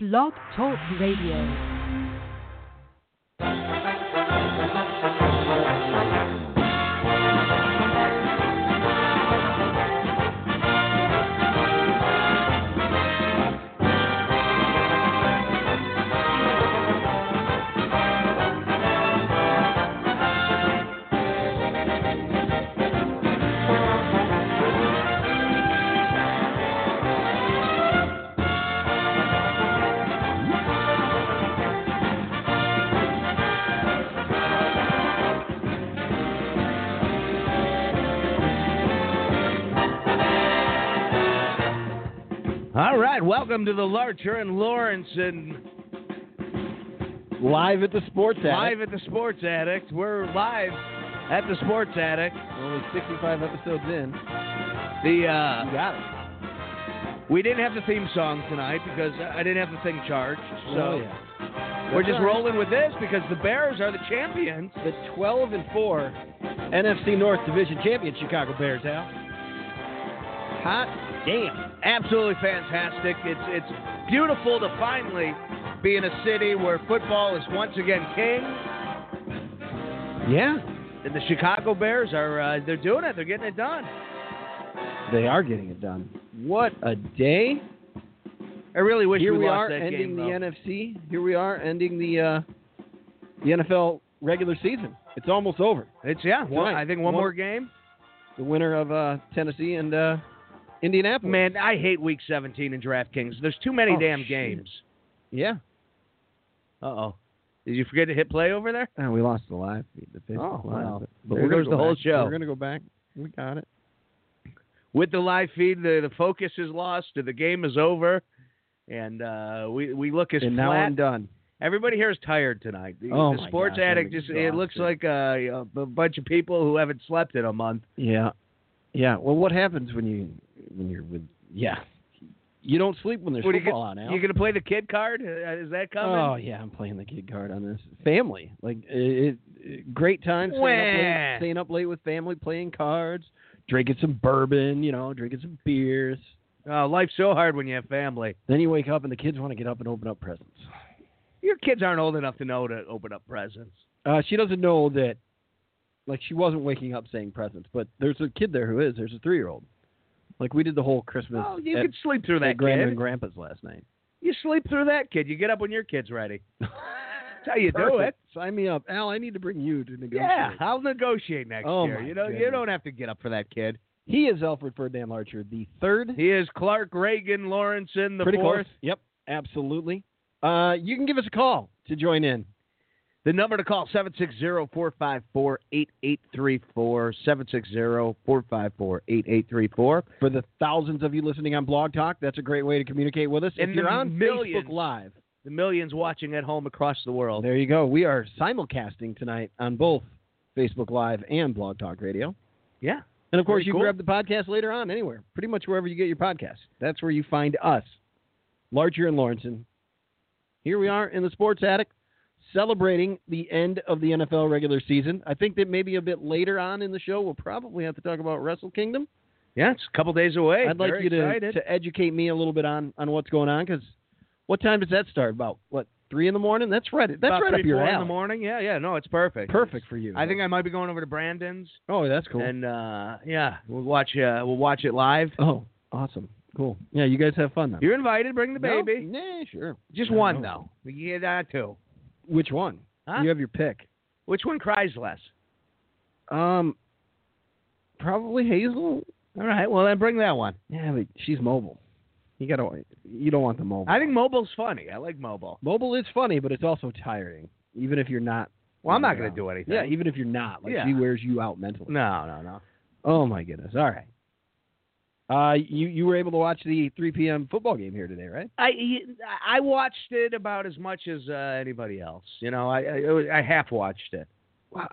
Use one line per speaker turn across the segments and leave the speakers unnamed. Blog Talk Radio.
All right, welcome to the Larcher and Lawrence and
Live at the Sports Attic.
live at the Sports Addict. We're live at the Sports Addict.
Only 65 episodes in.
The
You
uh,
got it.
we didn't have the theme song tonight because I didn't have the thing charged, so
oh, yeah.
we're just
That's all right.
rolling with this because the Bears are the champions.
The 12 and 4 NFC North Division champion Chicago Bears, Al. Hot damn.
Absolutely fantastic. It's it's beautiful to finally be in a city where football is once again king,
Yeah,
and the Chicago Bears are uh, they're doing it. They're getting it done.
they are getting it done. What a day.
I really wish
Here
we,
we,
lost
are
that game.
ending
though.
the NFC. Here we are ending the uh, the NFL regular season. It's almost over.
It's yeah. One,
Tonight.
I think one,
One-
more game.
The winner of uh, Tennessee and uh, Indianapolis.
Man, I hate Week 17 in DraftKings. There's too many
Oh,
damn
shit.
games.
Yeah.
Uh oh. Did you forget to hit play over there?
Uh, we lost the live feed. The Facebook
Oh,
live,
wow.
But,
There
we're gonna
goes
go
the whole
back.
show.
We're going to go back. We got it.
With the live feed, the, the focus is lost. The game is over, and uh, we we look as
and now
flat.
I'm done.
Everybody here is tired tonight. The,
Oh,
the
my
sports
gosh, I'm
addict just it looks like
exhausted.
uh, a bunch of people who haven't slept in a month.
Yeah. Yeah. Well, what happens when you when you're with? Yeah. You don't sleep when there's
What, you
football on. Al.
You gonna play the kid card? Uh, Is that
oh
coming?
yeah, I'm playing the kid card on this. Family, like it, it- it, great time staying up, late,
Wah.
staying up late with family, playing cards, drinking some bourbon, you know, drinking some beers.
Oh, life's so hard when you have family.
Then you wake up and the kids want to get up and open up presents.
Your kids aren't old enough to know to open up presents.
Uh, she doesn't know that, like, she wasn't waking up saying presents, but there's a kid there who is. There's a three year old. Like, we did the whole Christmas
Oh, you
at,
could sleep through
at
that
Grandma
kid.
and Grandpa's last night.
You sleep through that kid. You get up when your kid's ready. That's how you do it.
Perfect. Sign me up. Al, I need to bring you to negotiate.
Yeah, I'll negotiate next
Oh,
year.
my
You know, you
goodness.
don't have to get up for that kid.
He is Alfred Ferdinand Larcher, the third.
He is Clark Reagan Lawrenson the
Pretty
fourth.
close. Yep, absolutely. Uh, you can give us a call to join in.
The number to call 760-454-8834. 760-454-8834.
For the thousands of you listening on Blog Talk, that's a great way to communicate with us.
And
if you're
the
on
millions.
Facebook Live,
The millions watching at home across the
Well,
world.
there you go. We are simulcasting tonight on both Facebook Live and Blog Talk Radio.
Yeah.
And of course,
Very
you
cool.
grab the podcast later on anywhere, pretty much wherever you get your podcast. That's where you find us, Larger and Lawrenson. Here we are in the Sports Attic celebrating the end of the NFL regular season. I think that maybe a bit later on in the show, we'll probably have to talk about Wrestle Kingdom.
Yeah, it's a couple days away.
I'd like
Very
you to,
excited.
to educate me a little bit on, on what's going on because what time does that start? About, what, 3 in the morning? That's right. That's
About
right
three,
up your
four
alley.
in the morning. Yeah, yeah. No, it's perfect.
Perfect for you.
I think I might be going over to Brandon's
Oh, that's cool.
and uh, yeah, we'll watch uh, we'll watch it live.
oh, awesome. Cool. Yeah, you guys have fun then.
You're invited. Bring the
No?
baby.
Nah, sure.
Just
No,
one
no.
though. You get that too.
Which one?
Huh?
You have your pick.
Which one cries less?
Um, probably Hazel.
All right. Well, then bring that one.
Yeah, but she's mobile. You gotta. You don't want the mobile.
I think mobile's funny. I like mobile.
mobile is funny, but it's also tiring. Even if you're not.
Well, I'm not
Yeah.
going to do anything.
Yeah, even if you're not, like
Yeah.
she wears you out mentally.
No, no, no.
Oh my goodness. All right. Uh, you you were able to watch the 3 p.m. football game here today, right?
I I watched it about as much as uh, anybody else. You know, I I, it was- I half watched it.
Well,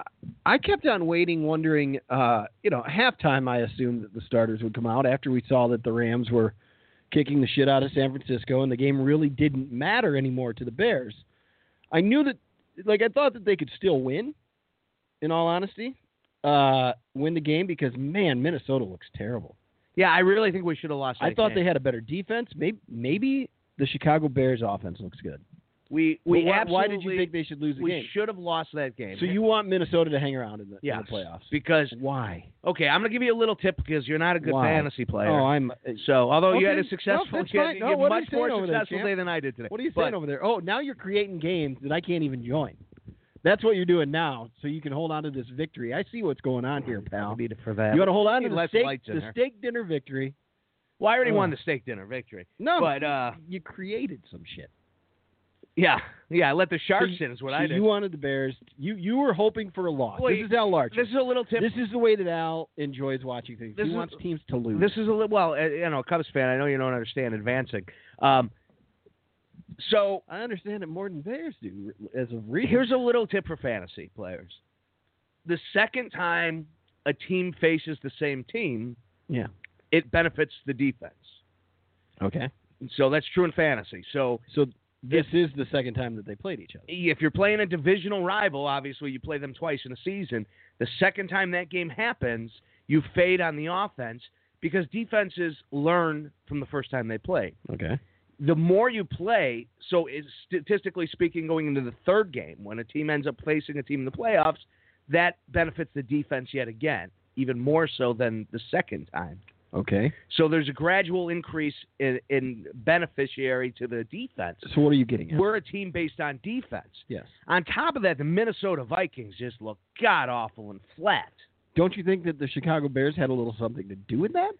I kept on waiting, wondering. Uh, you know, halftime, I assumed that the starters would come out after we saw that the Rams were kicking the shit out of San Francisco, and the game really didn't matter anymore to the Bears. I knew that, like, I thought that they could still win. In all honesty, uh, win the game because man, Minnesota looks terrible.
Yeah, I really think we should have lost.
I
that
thought
game.
they had a better defense. Maybe, maybe the Chicago Bears offense looks good.
We we
But why, why did
absolutely-
you think they should lose the game?
we should have lost that game?
So you want Minnesota to hang around in the, in
yeah
the playoffs? Oh,
because
Why?
okay, I'm gonna give you a little tip because you're not a good
Why?
fantasy player.
Oh, I'm.
so although you had a
Okay, no,
successful,
that's
you had-
fine.
you
No,
had
what are
much
you saying
more
over there,
successful
champ?
day than I did today.
What are you
But-
saying over there? Oh, now you're creating games that I can't even join. That's what you're doing now, so you can hold on to this victory. I see what's going on here, pal.
need it for that.
You got to hold on
Need
to the
less
steak,
lights in
the
there.
steak dinner victory.
well, I already won the
Ugh.
steak dinner victory.
No,
But uh,
you created some shit.
yeah, yeah, I let the sharks
So you-
in is what
so
I did.
You wanted the Bears. You you were hoping for a loss.
Well,
this is Al Larcher.
this is a little tip.
This is the way that Al enjoys watching things.
This
he
is-
wants teams to lose.
This is a little well, uh, you know, Cubs fan. I know you don't understand advancing. Um, so
I understand it more than Bears do as of recent.
here's a little tip for fantasy players: the second time a team faces the same team,
yeah.
it benefits the defense.
Okay.
So that's true in fantasy. So
So this is the second time that they played each other.
if you're playing a divisional rival, obviously you play them twice in a season. The second time that game happens, you fade on the offense because defenses learn from the first time they played.
Okay.
the more you play, so is statistically speaking, going into the third game, when a team ends up facing a team in the playoffs, that benefits the defense yet again, even more so than the second time.
Okay.
So there's a gradual increase in, in beneficiary to the defense.
So what are you getting at?
We're a team based on defense.
yes.
On top of that, the Minnesota Vikings just look god awful and flat.
Don't you think that the Chicago Bears had a little something to do with that?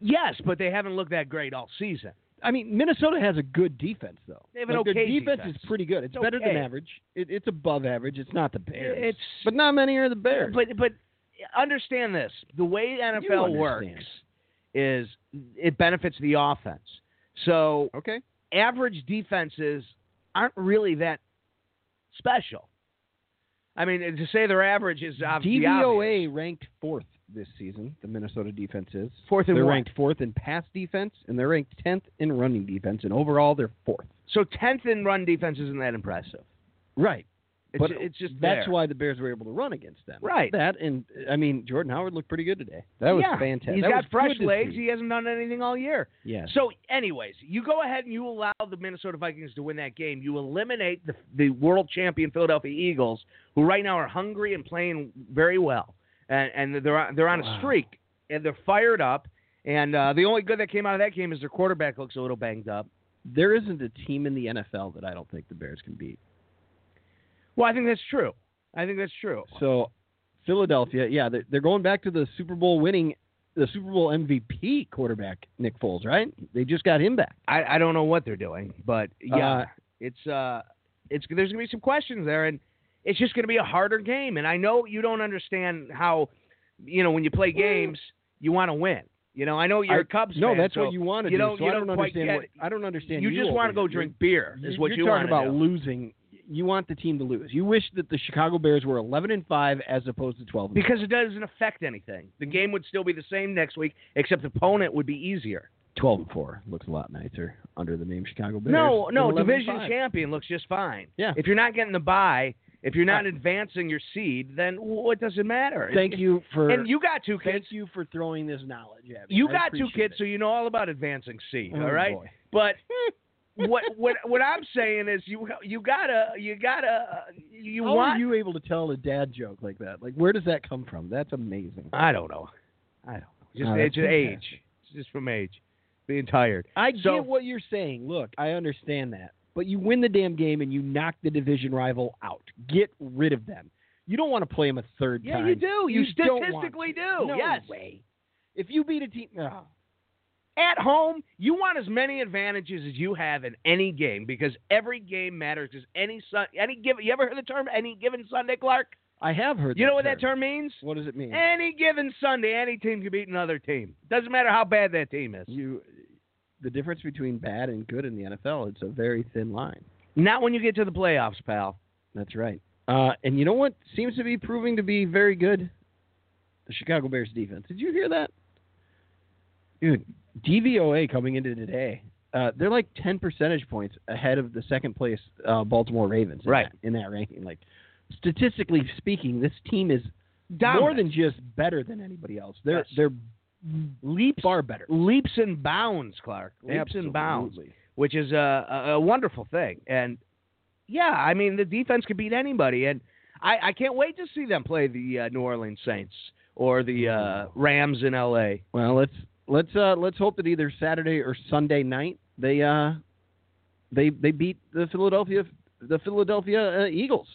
Yes, but they haven't looked that great all season.
I mean, Minnesota has a good defense though.
They have an
Like, their
okay
defense,
defense.
is pretty good. It's,
It's
better than
okay.
average. It, it's above average. It's not the Bears.
It's
but not many are the Bears.
But but understand this: the way NFL
understand.
works is it benefits the offense. So
okay.
average defenses aren't really that special. I mean, to say they're average is obviously
DVOA ranked fourth this season. The Minnesota defense is
Fourth in
They're
what?
ranked fourth in pass defense, and they're ranked tenth in running defense, and overall they're fourth.
So tenth in run defense isn't that impressive.
Right,
It's,
but
it's just there.
that's why the Bears were able to run against them.
Right.
That and I mean Jordan Howard looked pretty good today. That was
yeah,
fantastic.
He's
that
got
was
fresh
good to
legs.
see.
He hasn't done anything all year.
Yes.
So, anyways, you go ahead and you allow the Minnesota Vikings to win that game. You eliminate the, the world champion Philadelphia Eagles, who right now are hungry and playing very well, and, and they're on- they're on
Wow.
a streak and they're fired up. And uh, the only good that came out of that game is their quarterback looks a little banged up.
there isn't a team in the NFL that I don't think the Bears can beat.
Well, I think that's true. I think that's true.
So Philadelphia, yeah, they're, they're going back to the Super Bowl winning, the Super Bowl MVP quarterback Nick Foles, right? They just got him back.
I, I don't know what they're doing, but yeah,
Uh,
it's uh, it's there's gonna be some questions there, and it's just gonna be a harder game. And I know you don't understand how, you know, when you play games, you want to win. You know, I know you're
I-
a Cubs
No,
fan,
that's
so
what you want to
you
do.
don't-
so
you
I don't,
don't quite
understand.
get
What, I don't understand.
you just
want
to go drink beer, is what
you're
you want
talking about
to do.
losing. You want the team to lose. You wish that the Chicago Bears were 11 and five as opposed to 12. And
Because it doesn't affect anything. The game would still be the same next week, except the opponent would be easier.
12 and four looks a lot nicer under the name Chicago Bears.
no,
than
no,
11 and
division
five.
champion looks just fine.
Yeah.
If you're not getting the bye, if you're not
Right.
advancing your seed, then what does it matter?
Thank you for
And you got two kids.
thank you for throwing this knowledge at me.
You
I
got two
appreciate
kids,
it.
so you know all about advancing seed,
Oh,
all right?
boy.
But what what what I'm saying is you you gotta you gotta you
How
want
are you able to tell a dad joke like that? Like, where does that come from? That's amazing.
I don't know, I don't know. Just
Oh, that's
it's just age,
fantastic.
it's just from age, being tired.
I
So-
get what you're saying. Look, I understand that, but you win the damn game and you knock the division rival out. Get rid of them. You don't want to play them a third
Yeah,
time.
you do. You,
don't want
statistically
to.
do.
No
yes.
way. If you beat a team, oh,
At home, you want as many advantages as you have in any game because every game matters. Because any sun, any given, you ever heard the term "any given Sunday," Clark?
I have heard.
You know what
term. Eh,
that term means?
What does it mean?
Any given Sunday, any team can beat another team. Doesn't matter how bad that team is.
you, the difference between bad and good in the NFL, it's a very thin line.
Not when you get to the playoffs, pal.
That's right. Uh, and you know what seems to be proving to be very good? The Chicago Bears defense. Did you hear that? Dude, DVOA coming into today, uh, they're like 10 percentage points ahead of the second place uh, Baltimore Ravens in,
Right.
that, in that ranking. Like, statistically speaking, this team is more
Dominant.
than just better than anybody else. They're,
Yes.
they're
leaps
far better.
leaps and bounds, Clark. Leaps and bounds.
Absolutely.
which is a, a, a wonderful thing. And yeah, I mean the defense could beat anybody, and I, I can't wait to see them play the uh, New Orleans Saints or the uh, Rams in L.A.
Well, let's let's uh, let's hope that either Saturday or Sunday night they uh, they they beat the Philadelphia the Philadelphia uh, Eagles.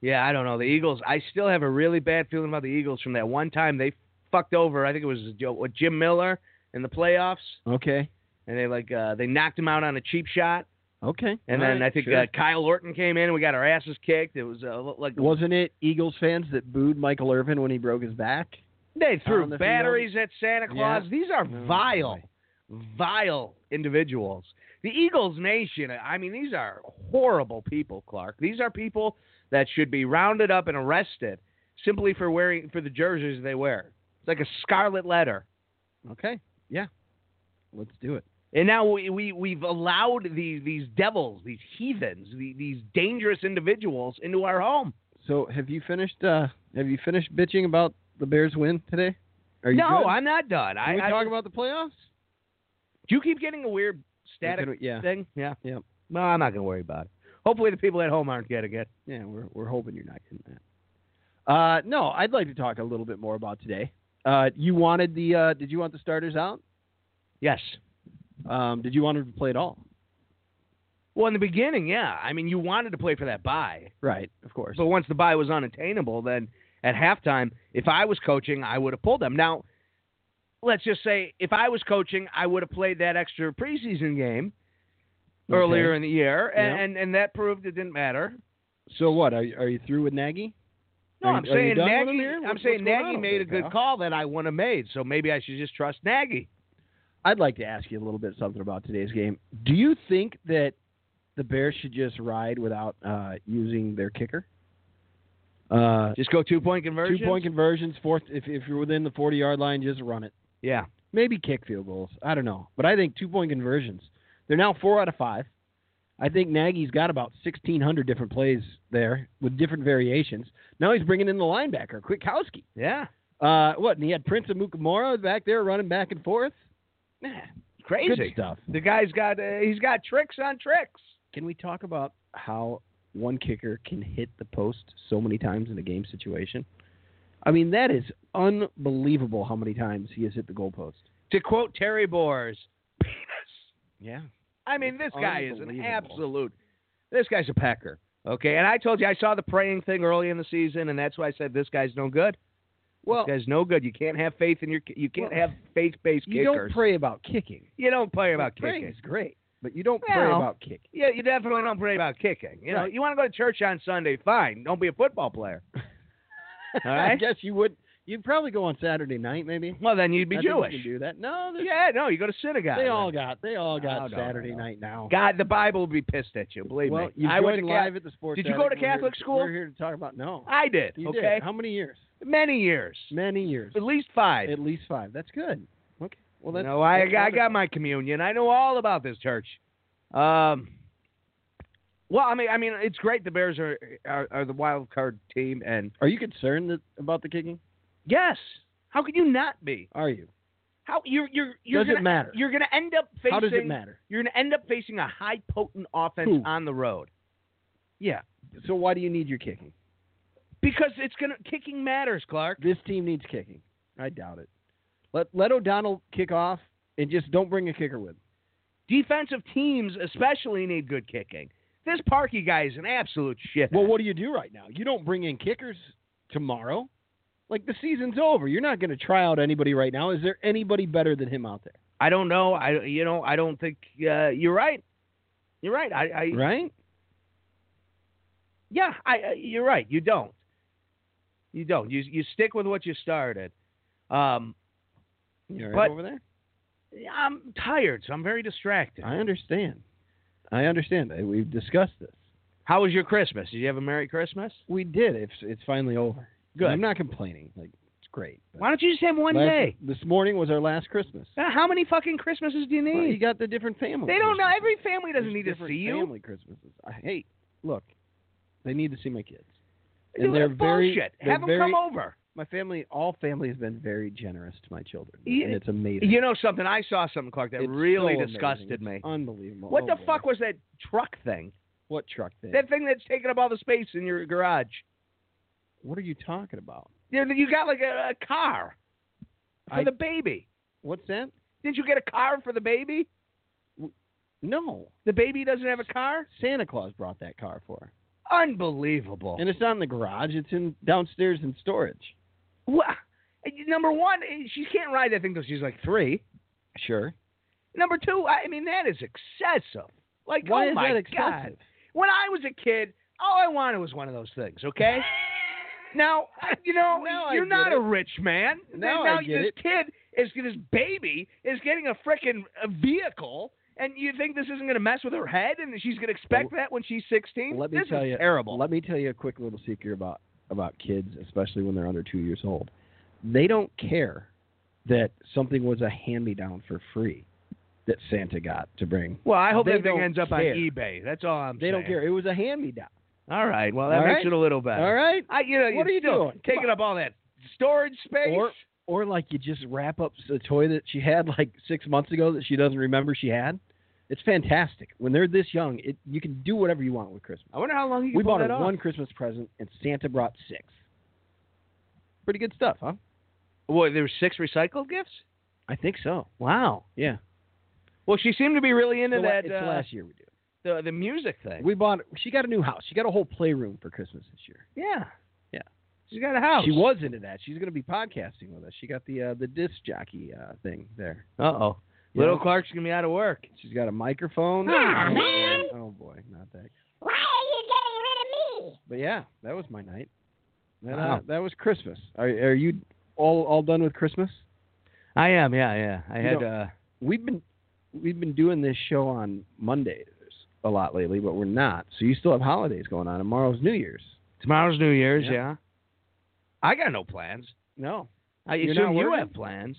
Yeah, I don't know the Eagles. I still have a really bad feeling about the Eagles from that one time they fucked over. I think it was Joe- what, Jim Miller in the playoffs,
Okay.
and they like uh, they knocked him out on a cheap shot.
Okay.
And
All
then
right,
I think
sure.
uh, Kyle Orton came in and we got our asses kicked. It was uh, looked like
wasn't it Eagles fans that booed Michael Irvin when he broke his back?
They threw
on the
batteries at Santa
Yeah.
Claus. These are
Oh,
vile, vile individuals. The Eagles Nation, I mean, these are horrible people, Clark. These are people that should be rounded up and arrested simply for wearing for the jerseys they wear. It's like a scarlet letter.
Okay. Yeah. Let's do it.
And now we, we we've allowed these these devils, these heathens, the, these dangerous individuals into our home.
So, have you finished? Uh, have you finished bitching about the Bears win today? Are you
no,
good?
I'm not done.
Can
I,
we
I-
talk about the playoffs?
do you keep getting a weird static
Can we- yeah.
thing? Yeah.
Yep.
Well, I'm not going to worry about it. Hopefully, the people at home aren't getting it.
Yeah, we're we're hoping you're not getting that. Uh, no, I'd like to talk a little bit more about today. Uh, you wanted the uh, did you want the starters out?
Yes.
Um, did you want them to play at all?
Well, in the beginning, yeah. I mean, you wanted to play for that buy,
Right, of course.
but once the buy was unattainable, then at halftime, if I was coaching, I would have pulled them. Now, let's just say if I was coaching, I would have played that extra preseason game
Okay.
earlier in the year, and,
Yeah.
and and that proved it didn't matter.
So what? Are you, are you through with Nagy?
No,
Are you-
I'm
are you
saying
done with him
Nagy.
here?
I'm
What's
saying
going on
Nagy
over
made
there,
a good
pal?
call that I wouldn't have made, so maybe I should just trust Nagy.
I'd like to ask you a little bit something about today's game. Do you think that the Bears should just ride without uh, using their kicker? Uh,
Just go two point conversion.
two point conversions, fourth. If if you're within the forty yard line, just run it.
Yeah.
maybe kick field goals. I don't know, but I think two point conversions. They're now four out of five. I think Nagy's got about sixteen hundred different plays there with different variations. Now he's bringing in the linebacker Kwiatkowski.
Yeah.
Uh, what? And he had Prince of Mukamura back there running back and forth. Nah, good
Crazy.
stuff.
The guy's got uh, he's got tricks on tricks.
Can we talk about how one kicker can hit the post so many times in a game situation? I mean, that is unbelievable how many times he has hit the goalpost.
To quote Terry Boers, penis.
Yeah.
I mean, this
It's
guy is an
unbelievable.
absolute. This guy's a pecker. Okay, and I told you I saw the praying thing early in the season, and that's why I said this guy's no good.
Well,
this guy's no good. You can't have faith in your. ki- You can't
Well,
have faith based
you
kickers.
don't pray about kicking.
you don't pray about
Well, praying
kicking.
is great, but you don't pray
Well,
about kicking.
Yeah, you definitely don't pray about kicking. You know,
Right.
you want to go to church on Sunday, fine. Don't be a football player. all
I
right.
guess you would. You'd probably go on Saturday night, maybe.
Well, then you'd be
I think you
Jewish.
can do that. No, there's-
Yeah, no, you go to synagogue.
they
then.
all got. They all
No,
got
no, no,
Saturday
no.
night now.
God, the Bible will be pissed at you. Believe
well,
me.
you
I went
joined
to
live
Ca-
at the sports.
Did you go
Attic.
to
We're here-
Catholic school?
We're here to talk about no.
I did.
You
okay,
did. How many years?
many years,
Many years.
at least five.
At least five. That's good. Okay. Well, that's.
you know, I,
that's
I
wonderful.
got my communion. I know all about this church. Um, well, I mean, I mean, it's great. The Bears are are, are the wild card team, and
Are you concerned that, about the kicking?
yes, how could you not be?
Are you?
How you're you're you're
Does it
gonna,
matter?
You're going to end up facing.
How does it matter?
You're going to end up facing a high potent offense
Who?
on the road
Yeah. So why do you need your kicking?
because it's going to kicking matters, Clark.
This team needs kicking. I doubt it. Let let O'Donnell kick off and just don't bring a kicker with. him.
Defensive teams especially need good kicking. This Parky guy is an absolute shit.
Well, what do you do right now? You don't bring in kickers tomorrow. Like the season's over. You're not going to try out anybody right now. Is there anybody better than him out there?
I don't know. I you know I don't think uh, you're right. You're right. I, I
Right?
yeah. I uh, you're right. You don't. You don't. You you stick with what you started. Um,
You're
But-
over there.
I'm tired, so I'm very distracted.
I understand. I understand. Uh, We've discussed this.
How was your Christmas? Did you have a Merry Christmas?
We did. It's it's finally over.
Good.
I'm not complaining. Like it's great. But
Why don't you just have one
last-
day?
This morning was our last Christmas.
Uh, How many fucking Christmases do you
Well, you
need?
got the different family.
they don't know.
Christmases.
Every family doesn't
There's
need to
different
see you.
Family Christmases. I hate. Look, they need to see my kids,
Dude,
and they're
that's
very.
bullshit.
they're
Have them
very-
come over.
My family, all family, has been very generous to my children,
Yeah.
and it's amazing.
You know something? I saw something, Clark, that
It's
really
so amazing.
disgusted
It's
me.
Unbelievable.
What
Oh,
the
boy.
fuck was that truck thing?
What truck thing?
That thing that's taking up all the space in your garage.
What are you talking about?
You, you got like a, a car for
I-
the baby.
What's that?
Did you get a car for the baby?
No,
The baby doesn't have a car?
Santa Claus brought that car for her,
Unbelievable.
and it's not in the garage. It's in downstairs in storage.
Wha- Number one, eh, she can't ride that thing till she's like three.
Sure.
Number two, I I mean that is excessive. Like,
Why
oh
is
my
that excessive?
god! When I was a kid, all I wanted was one of those things. Okay. now, I- you know,
Now I
you're
get
not
it.
a rich man.
Now
now
I get
this
it.
kid is this baby is getting a frickin' uh, vehicle. And you think this isn't going to mess with her head, and she's going to expect that when she's 16?
Let me
this
tell
is
you-
terrible.
Let me tell you a quick little secret about about kids, especially when they're under two years old. They don't care that something was a hand me down for free that Santa got to bring.
well, I hope
They
that thing
don't
ends up
care.
on eBay. That's all I'm
They
saying.
don't care. It was a hand me down.
All right. Well, that
All
makes
right.
it a little better.
All right.
I, you know,
What
you're
are you
still
doing? Come
Taking
on.
up all that storage space.
Or- Or like you just wrap up the toy that she had like six months ago that she doesn't remember she had. It's fantastic. When they're this young, it, you can do whatever you want with Christmas.
I wonder how long you can
We
pull
bought her
that off.
one Christmas present, and Santa brought six. Pretty good stuff, huh?
What, there were six recycled gifts?
I think so. Wow. Yeah.
Well, she seemed to be really into
It's the la-
that
it's
uh,
the last year we do. it.
the the music thing.
We bought. She got a new house. She got a whole playroom for Christmas this year.
yeah,
Yeah.
She's got a house.
She was into that. She's going to be podcasting with us. She got the uh, the disc jockey uh, thing there.
Uh oh,
You
little
know?
Clark's gonna be out of work.
She's got a microphone.
Aw,
oh,
man.
Oh boy, not that.
Why are you getting rid of me?
But yeah, that was my night. That, uh,
Wow.
that was Christmas. Are, are you all all done with Christmas?
I am. Yeah, yeah. I
You
had.
know-
uh,
We've been we've been doing this show on Mondays a lot lately, but we're not. So you still have holidays going on. Tomorrow's New Year's.
Tomorrow's New Year's.
Yeah.
Yeah. I got no plans.
No.
I
You're
assume
not
you
working?
have plans.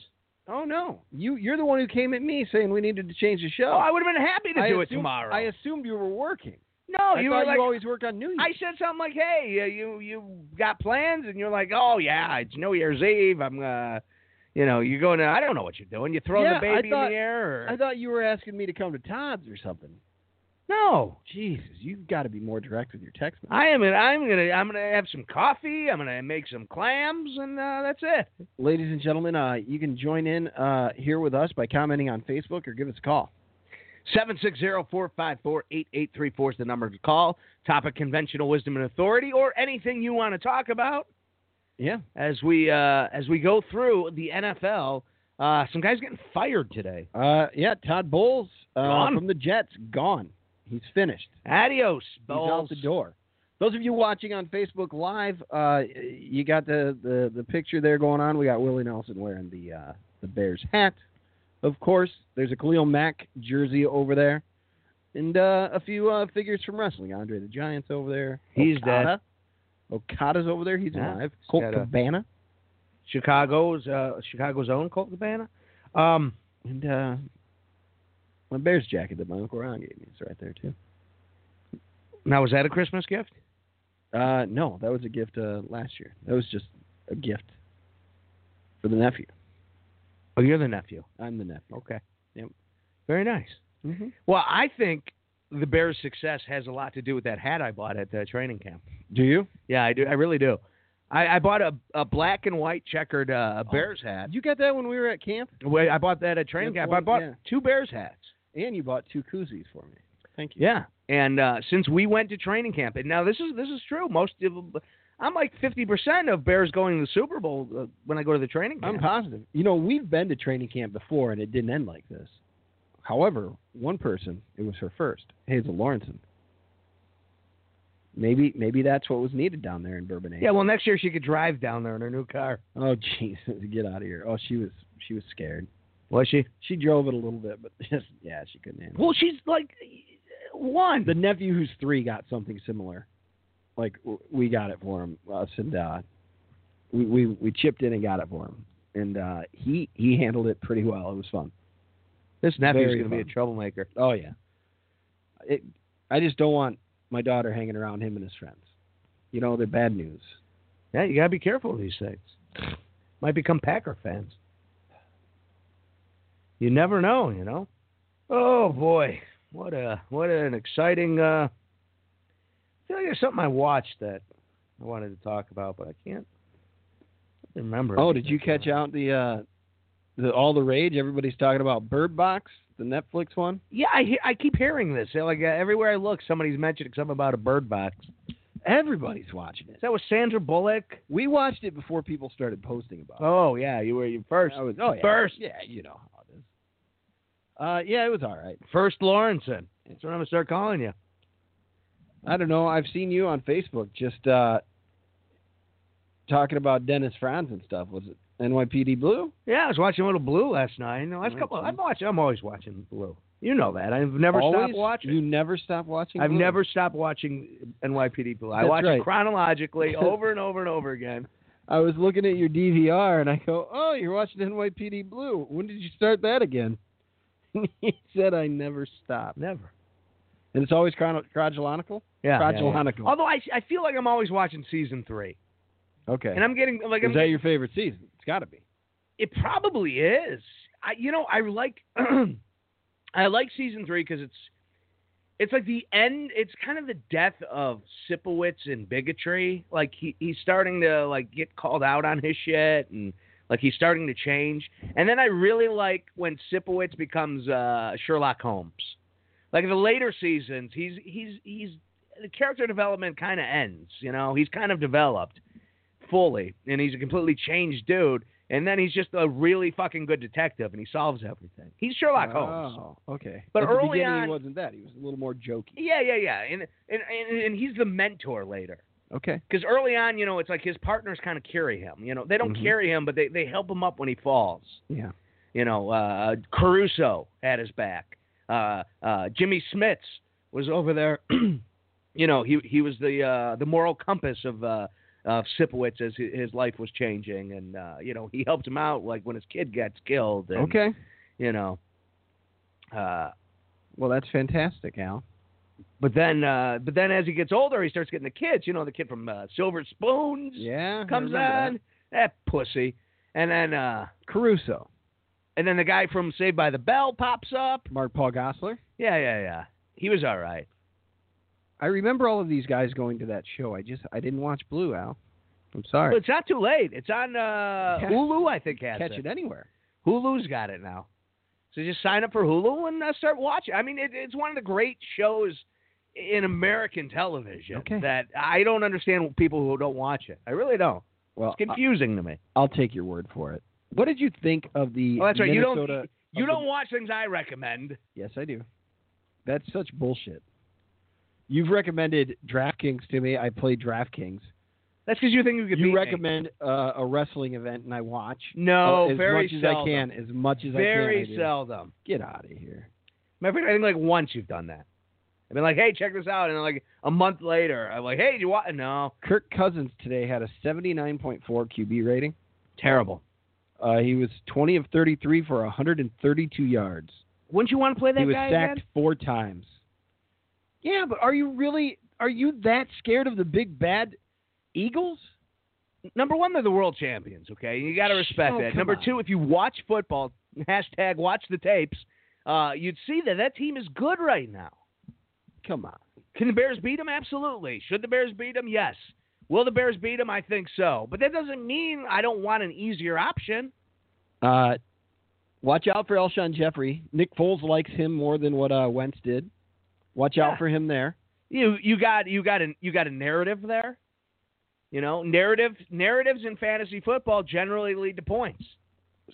Oh no. You you're the one who came at me saying we needed to change the show.
Oh, I would have been happy to
I
do it
assumed-
tomorrow.
I assumed you were working.
no,
I
you
thought
were like.
you always worked on New Year's.
I said something like, "Hey, uh, you you got plans?" And you're like, "Oh yeah, it's New Year's Eve. I'm uh, you know, you're going to. I don't know what you're doing. You're throwing
Yeah, I
the baby
thought-
in the air." Or...
I thought you were asking me to come to Todd's or something.
no,
Jesus, you've got to be more direct with your text. message.
I am. I'm gonna. I'm gonna have some coffee. I'm gonna make some clams, and uh, that's it.
Ladies and gentlemen, uh, you can join in uh, here with us by commenting on Facebook or give us a call.
Seven six zero four five four eight eight three four is the number to call. Topic: conventional wisdom and authority, or anything you want to talk about
Yeah.
as we uh, as we go through the NFL. Uh, some guys getting fired today.
Uh, yeah, Todd Bowles uh,
Gone.
from the Jets gone. He's finished.
Adios,
He's out
Bowles.
the door. Those of you watching on Facebook Live, uh, you got the, the, the picture there going on. We got Willie Nelson wearing the uh, the Bears hat, of course. There's a Khalil Mack jersey over there, and uh, a few uh, figures from wrestling. Andre the Giant's over there.
He's
Okada. Okada's over there. He's
Yeah.
alive. Colt
got a-
Cabana.
Chicago's uh, Chicago's own Colt Cabana. Um,
And uh, my Bears jacket that my Uncle Ron gave me is right there, too.
now was that a Christmas gift?
Uh, no, that was a gift uh, last year. That was just a gift for the nephew.
Oh, you're the nephew.
I'm the nephew.
Okay.
Yep.
Very nice.
Mm-hmm.
Well, I think the Bears' success has a lot to do with that hat I bought at the training camp.
Do you?
Yeah, I do. I really do. I, I bought a, a black and white checkered
Oh.
uh, Bears hat.
You got that when we were at camp,
Wait, I bought that at training
That's
camp. I
one-
bought
yeah.
two Bears hats.
and you bought two koozies for me. Thank you.
Yeah, and uh, since we went to training camp, and now this is this is true. Most of I'm like fifty percent of Bears going to the Super Bowl uh, when I go to the training camp.
I'm positive. You know, we've been to training camp before, and it didn't end like this. However, one person, it was her first, Hazel Lawrenson. Maybe, maybe that's what was needed down there in Bourbon.
yeah, well, next year she could drive down there in her new car.
Oh, Jesus, get out of here. Oh, she was, she was scared.
Was she?
She drove it a little bit, but just yeah, she couldn't handle. it.
Well, she's like one.
the nephew who's three got something similar. Like w- we got it for him, us and uh, we, we we chipped in and got it for him, and uh, he he handled it pretty well. It was fun.
This nephew's
Very
going to be a
fun.
troublemaker.
Oh yeah, it. I just don't want my daughter hanging around him and his friends. You know, they're bad news.
Yeah, you got to be careful of these things. Might become Packer fans. You never know, you know. Oh boy, what a what an exciting. Uh, I feel like there's something I watched that I wanted to talk about, but I can't remember.
Oh, did you
anything.
catch out the uh, the all the rage? Everybody's talking about Bird Box, the Netflix one.
Yeah, I he- I keep hearing this. Like uh, everywhere I look, somebody's mentioning something about a bird box.
Everybody's watching
Is
it.
that with Sandra Bullock?
We watched it before people started posting about it.
Oh yeah, you were you first.
I was, oh yeah,
First.
yeah, you know how it is. Uh, yeah, it was all right.
First Lawrenson. That's what I'm gonna start calling you.
I don't know. I've seen you on Facebook just uh, talking about Dennis Franz and stuff. Was it NYPD Blue?
Yeah, I was watching a little Blue last night. and The last
Mhm.
couple, I'm watching. I'm always watching Blue. You know that. I've never
Always?
stopped watching.
You never stop watching.
I've
Blue?
never stopped watching NYPD Blue. I
That's
watch
right.
it chronologically over and over and over again.
I was looking at your DVR and I go, "Oh, you're watching NYPD Blue. When did you start that again?" he said, "I never stop."
Never.
And it's always chrono- chronological.
Yeah. yeah, yeah.
Chronological.
Although I, I feel like I'm always watching season three,
Okay.
and I'm getting like I'm
is that your favorite season? It's got to be.
It probably is. I, you know, I like, I like season three because it's, it's like the end. It's kind of the death of Sipowicz and bigotry. Like he, he's starting to like get called out on his shit, and like he's starting to change. And then I really like when Sipowicz becomes uh, Sherlock Holmes. Like in the later seasons, he's he's he's the character development kind of ends. You know, he's kind of developed fully, and he's a completely changed dude. And then he's just a really fucking good detective, and he solves everything. He's Sherlock Holmes.
Oh, okay.
But
At
early
the beginning,
on-
he wasn't that. He was a little more jokey.
Yeah, yeah, yeah. And and and, and he's the mentor later.
Okay.
Because early on, you know, it's like his partners kind of carry him. You know, they don't
Mhm.
carry him, but they, they help him up when he falls.
Yeah.
You know, uh, Caruso had his back. Uh, uh, Jimmy Smits was over there. you know, he he was the uh, the moral compass of uh, of Sipowicz as his, his life was changing, and uh, you know, he helped him out like when his kid gets killed. And,
Okay.
You know. Uh,
Well, that's fantastic, Al.
but then, uh, but then, as he gets older, he starts getting the kids. You know, the kid from uh, Silver Spoons.
Yeah. I
comes
remember that.
on. That. pussy. And then uh
Caruso,
and then the guy from Saved by the Bell pops up.
Mark Paul Gossler.
Yeah, yeah, yeah. He was all right.
I remember all of these guys going to that show. I just I didn't watch Blue, Al. I'm sorry.
But it's not too late. It's on uh
Yeah.
Hulu, I think has
Catch it anywhere.
Hulu's got it now. So just sign up for Hulu and uh, start watching. I mean, it, it's one of the great shows in American television
Okay.
that I don't understand people who don't watch it. I really don't.
Well,
It's confusing to me.
I- I'll take your word for it. What did you think of the
Oh, that's right. You don't-
Minnesota?
You
of the-
don't watch things I recommend.
Yes, I do. That's such bullshit. You've recommended DraftKings to me. I play DraftKings.
That's because you think you could beat
You
me.
recommend uh, a wrestling event, and I watch.
No,
uh, as
very
much as
seldom.
I can. As much as I
Very
can. I do.
seldom.
Get out of here.
Matter of fact, I think like once you've done that. I've been like, hey, check this out, and then like a month later, I'm like, hey, do you want? No,
Kirk Cousins today had a 79.4 QB rating.
terrible.
Uh, he was 20 of 33 for 132 yards.
Wouldn't you want to play that
he was
guy
sacked
again?
four times. Yeah, but are you really are you that scared of the big bad Eagles?
Number one, they're the world champions. Okay, you got to respect
Oh,
that.
come
Number
on.
two, if you watch football, hashtag watch the tapes, uh, you'd see that that team is good right now.
Come on.
Can the Bears beat them? Absolutely. Should the Bears beat them? Yes. Will the Bears beat them? I think so. But that doesn't mean I don't want an easier option.
Uh, watch out for Elshon Jeffrey. Nick Foles likes him more than what uh, Wentz did. Watch
Yeah.
out for him there.
you you got you got a you got a narrative there. You know, narrative narratives in fantasy football generally lead to points.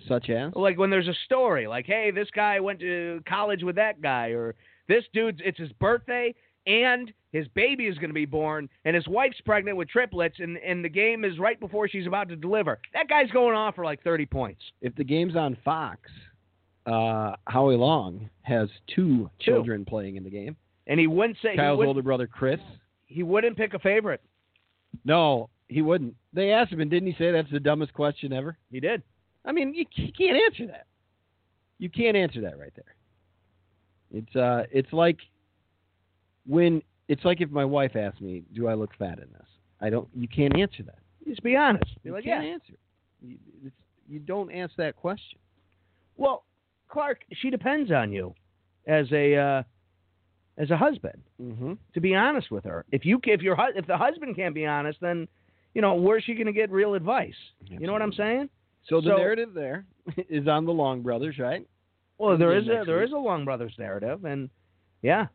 Such as
Like when there's a story, like hey, this guy went to college with that guy, or this dude's it's his birthday and his baby is going to be born, and his wife's pregnant with triplets, and and the game is right before she's about to deliver. That guy's going off for like thirty points.
if the game's on Fox, uh, Howie Long has two,
Two.
children playing in the game.
And he wouldn't say he,
Kyle's
would,
older brother Chris.
he wouldn't pick a favorite.
No, he wouldn't. They asked him, and didn't he say that's the dumbest question ever?
He did.
I mean, you, c- can't answer that. You can't answer that right there. It's uh, it's like when it's like if my wife asked me, "Do I look fat in this?" I don't. You can't answer that.
Just be honest. Be
You
like,
can't
yeah,
answer. You, it's, you don't ask that question.
Well, Clark, she depends on you as a uh, as a husband.
Mm-hmm.
To be honest with her, if you if your hu- if the husband can't be honest, then you know where's she going to get real advice? You know what I'm saying?
So the
So-
narrative there is on the Long Brothers, right?
Well, there
Yeah,
is a
next
there
week.
is a Long Brothers narrative, and yeah,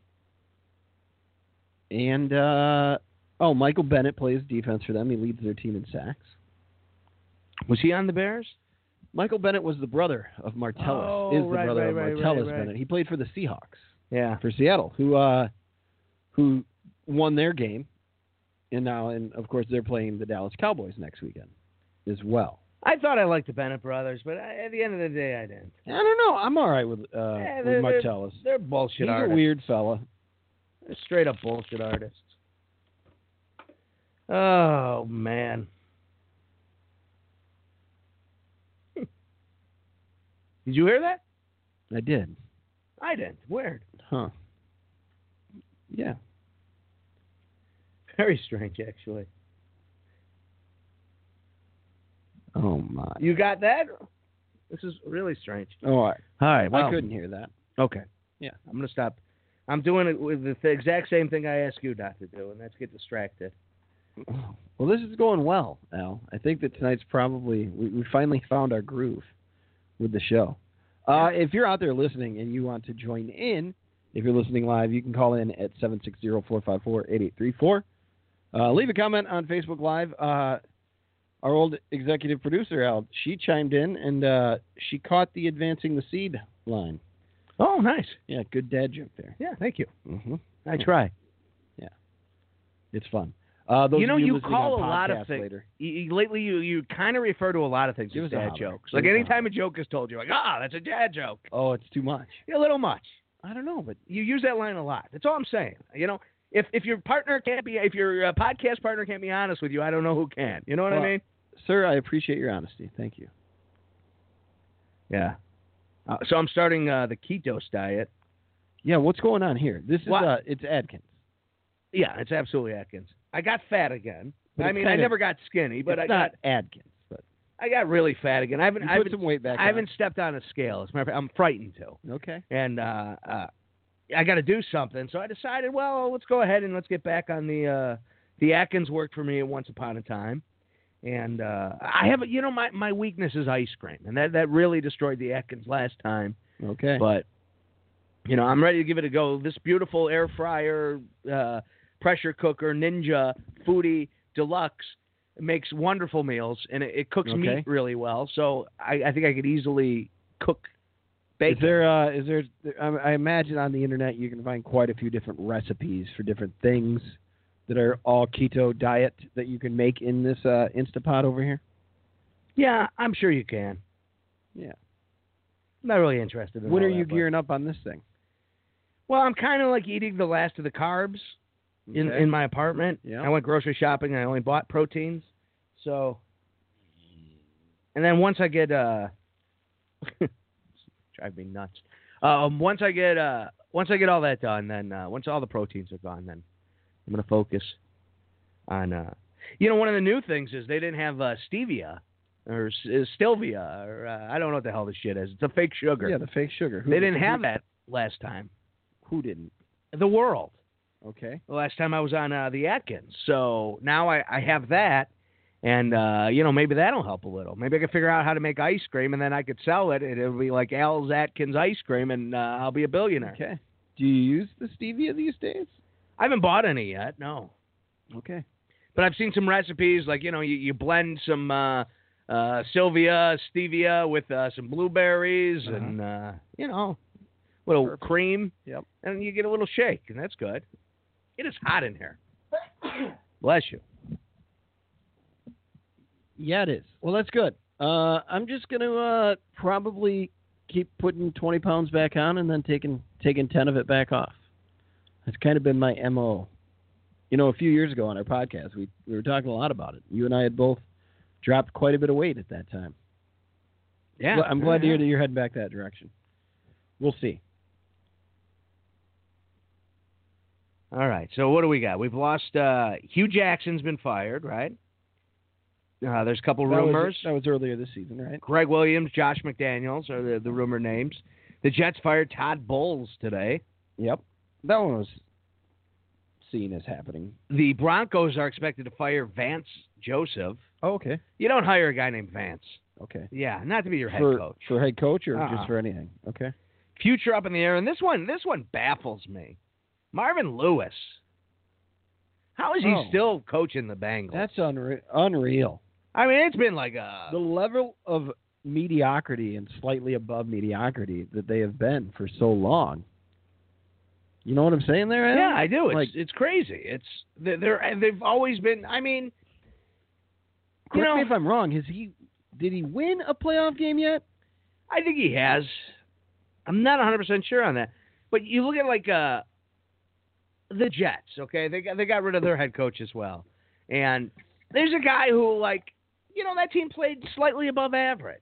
And uh, oh, Michael Bennett plays defense for them. He leads their team in sacks.
was he on the Bears?
Michael Bennett was the brother of Martellus.
Oh,
is the
right,
brother
right,
of
right,
Martellus
right, right.
Bennett. He played for the Seahawks.
Yeah,
for Seattle, who uh, who won their game, and now and of course they're playing the Dallas Cowboys next weekend as well.
I thought I liked the Bennett brothers, but I, at the end of the day, I didn't.
I don't know. I'm all right with uh,
Yeah,
with
they're- they're-
Martellus.
They're bullshit
He's a
artists.
weird fella.
They're straight up bullshit artists. Oh man. Did you hear that?
I did,
I didn't. Weird.
huh? Yeah.
Very strange, actually.
Oh my.
You got that? This is really strange.
Oh, I,
All right.
I couldn't hear that.
Okay.
Yeah.
I'm gonna stop. I'm doing it with the exact same thing I asked you not to do, and that's get distracted.
Well, this is going well, Al. I think that tonight's probably we, we finally found our groove with the show. Uh, if you're out there listening and you want to join in, if you're listening live, you can call in at 760-454-8834. Uh, leave a comment on Facebook Live. Uh, our old executive producer Al, she chimed in and uh, she caught the advancing the seed line.
Oh, nice.
Yeah, good dad joke there.
Yeah. Thank you.
Mm-hmm.
I try.
It's fun. Uh, those
You know,
of you,
you
listening
call
on
a lot of
podcast
things-
Later.
you, you- lately you, you kind of refer to a lot of things
Give
as
us a
dad
holler.
jokes.
Give
Like
us a
anytime
holler.
a joke is told, you're like, ah, that's a dad joke.
Oh, it's too much.
You're a little much.
I don't know, but
You use that line a lot. That's all I'm saying. You know, if if your partner can't be, if your uh, podcast partner can't be honest with you, I don't know who can. You know what
Well-
I mean?
Sir, I appreciate your honesty. Thank you.
Yeah. Uh, so I'm starting uh, the ketos diet.
Yeah, what's going on here? This is
What?
uh, it's Adkins.
Yeah, it's absolutely Atkins. I got fat again.
But
I
it's
mean,
kind
I
of-
never got skinny, but
it's
I
not
got
Adkins, but
I got really fat again. I haven't
you
I
put
haven't,
some weight back.
I haven't stepped on a scale. As a matter of fact, I'm frightened to.
on. Okay.
and uh, uh, I got to do something. So I decided, well, let's go ahead and let's get back on the uh, the Atkins worked for me at Once Upon a Time, and uh, I have, a- you know, my my weakness is ice cream, and that that really destroyed the Atkins last time.
Okay.
But you know, I'm ready to give it a go. This beautiful air fryer, uh, pressure cooker, Ninja Foodie Deluxe makes wonderful meals, and it, it cooks
Okay.
meat really well. So I, I think I could easily cook.
is
Bacon.
there uh, is there? I I imagine on the internet you can find quite a few different recipes for different things that are all keto diet that you can make in this uh, Instapot over here.
Yeah, I'm sure you can.
Yeah.
I'm not really interested in
When
all
are you
that, but-
gearing up on this thing?
Well, I'm kind of like eating the last of the carbs in,
Okay.
in my apartment.
Yeah.
I went grocery shopping and I only bought proteins. So, and then once I get, uh, drive me nuts. Um, once I get, uh, once I get all that done, then, uh, once all the proteins are gone, then I'm going to focus on, uh, you know, one of the new things is they didn't have, uh, stevia or s- uh, stilvia or, uh, I don't know what the hell this shit is. It's a fake sugar.
yeah, the fake sugar. Who,
they didn't have
who,
that last time.
Who didn't?
The world
Okay.
the last time I was on uh, the Atkins. So now I, I have that, and uh, you know maybe that'll help a little. Maybe I can figure out how to make ice cream, and then I could sell it, and it'll be like Al's Atkins ice cream, and uh, I'll be a billionaire.
Okay. Do you use the stevia these days?
I haven't bought any yet, no,
Okay.
but I've seen some recipes like you know you, you blend some uh, uh, Sylvia stevia with uh, some blueberries
Uh-huh.
and uh, you know a little
Perfect.
cream,
Yep.
and you get a little shake, and that's good. It is hot in here. Bless you.
Yeah, it is. Well, that's good. Uh, I'm just going to uh, probably keep putting 20 pounds back on and then taking taking 10 of it back off. That's kind of been my mo. You know, a few years ago on our podcast, we we were talking a lot about it. You and I had both dropped quite a bit of weight at that time.
Yeah,
Well, I'm glad to
Yeah.
hear that you're heading back that direction. We'll see.
All right. So what do we got? We've lost uh Hugh Jackson's been fired, right? Uh, there's a couple
That was-
rumors.
that was earlier this season, right?
Greg Williams, Josh McDaniels are the, the rumor names. The Jets fired Todd Bowles today.
Yep. That one was seen as happening.
The Broncos are expected to fire Vance Joseph.
Oh, okay.
You don't hire a guy named Vance.
Okay.
Yeah, not to be your head
for,
coach.
For head coach or
Uh-uh.
just for anything? Okay.
Future up in the air, and this one, this one baffles me. Marvin Lewis. How is he
Oh.
still coaching the Bengals?
That's unre- unreal.
I mean, it's been like a
The level of mediocrity and slightly above mediocrity that they have been for so long. You know what I'm saying there, Adam?
Yeah, I do. It's
Like-
it's crazy. It's they're, they're they've always been. I mean, you
Correct
know,
me if I'm wrong. Has he? Did he win a playoff game yet?
I think he has. I'm not 100 percent sure on that, but you look at like uh the Jets. Okay, they got they got rid of their head coach as well, and there's a guy who like you know that team played slightly above average.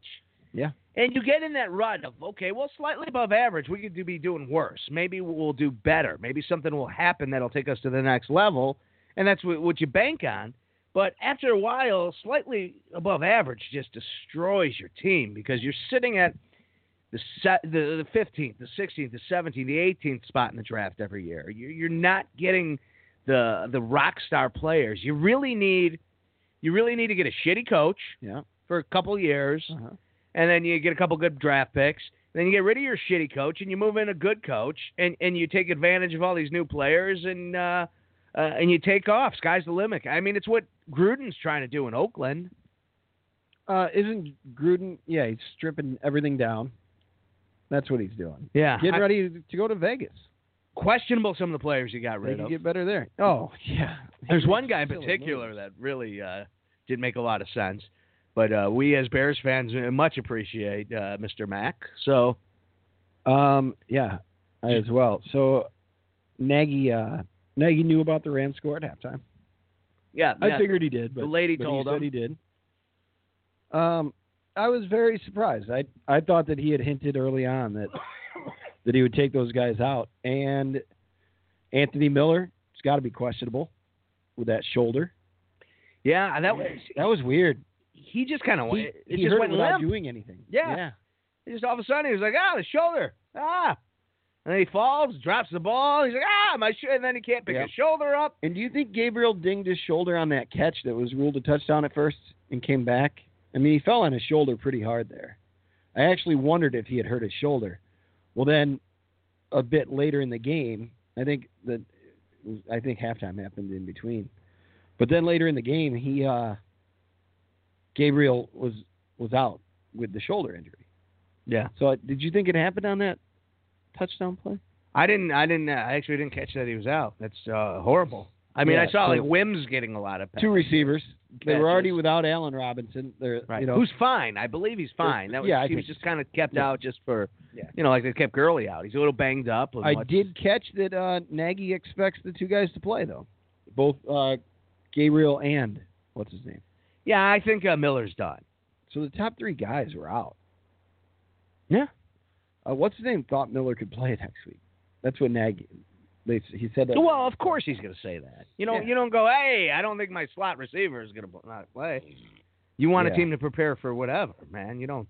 Yeah.
And you get in that rut of okay, well, slightly above average, we could do, be doing worse. Maybe we'll do better. Maybe something will happen that'll take us to the next level, and that's what, what you bank on. But after a while, slightly above average just destroys your team because you're sitting at the se- the the 15th, the 16th, the 17th, the 18th spot in the draft every year. You're, you're not getting the the rock star players. You really need you really need to get a shitty coach
Yeah.
for a couple years,
Uh-huh.
and then you get a couple good draft picks. Then you get rid of your shitty coach and you move in a good coach, and and you take advantage of all these new players and. uh uh, and you take off. Sky's the limit. I mean, it's what Gruden's trying to do in Oakland.
Uh, isn't Gruden? Yeah, he's stripping everything down. That's what he's doing.
Yeah.
Getting ready to go to Vegas.
questionable some of the players he got
They
rid
can
of.
get better there. Oh yeah.
There's one guy in
Silly
particular
move.
that really uh, did make a lot of sense, but uh, we as Bears fans uh, much appreciate uh, Mr. Mack. So
Um. Yeah. I as well. So Nagy. Uh, Nagy knew about the Rams score at halftime.
yeah,
I
yeah.
figured he did, but
The lady
but
told
he
him.
said he did. Um, I was very surprised. I I thought that he had hinted early on that that he would take those guys out, and Anthony Miller, it's got to be questionable with that shoulder.
yeah, that was
That was weird.
he just kind of
He,
went. It
he
just
hurt it
went
without
limp.
doing anything.
Yeah. He just all of a sudden he was like, ah, the shoulder, ah, and then he falls, drops the ball. He's like, ah, my sh-, and then he can't pick
Yeah.
his shoulder up.
And do you think Gabriel dinged his shoulder on that catch that was ruled a touchdown at first and came back? I mean, he fell on his shoulder pretty hard there. I actually wondered if he had hurt his shoulder. Well, then a bit later in the game, I think that I think halftime happened in between. But then later in the game, he uh, Gabriel was was out with the shoulder injury.
Yeah,
So uh, did you think it happened on that touchdown play?
I didn't, I didn't, uh, I actually didn't catch that he was out. That's uh, horrible. I mean,
Yeah,
I saw
so-
like Wims getting a lot of
Two receivers. They were already
Catches.
without Allen Robinson. They're
Right.
you know
Who's fine. I believe he's fine. That was,
Yeah, I
he was
think
just kind of kept
Yeah.
out just for,
Yeah.
you know, like they kept Gurley out. He's a little banged up. and
I
what's-
did catch that uh, Nagy expects the two guys to play though, both uh, Gabriel and what's his name.
Yeah, I think uh, Miller's done.
So the top three guys were out.
Yeah.
Uh, what's his name? Thought Miller could play next week. That's what Nagy. They he said that.
Well, of course he's going to say that. You know,
Yeah.
you don't go, hey, I don't think my slot receiver is going to not play. You want a
Yeah.
team to prepare for whatever, man. You don't.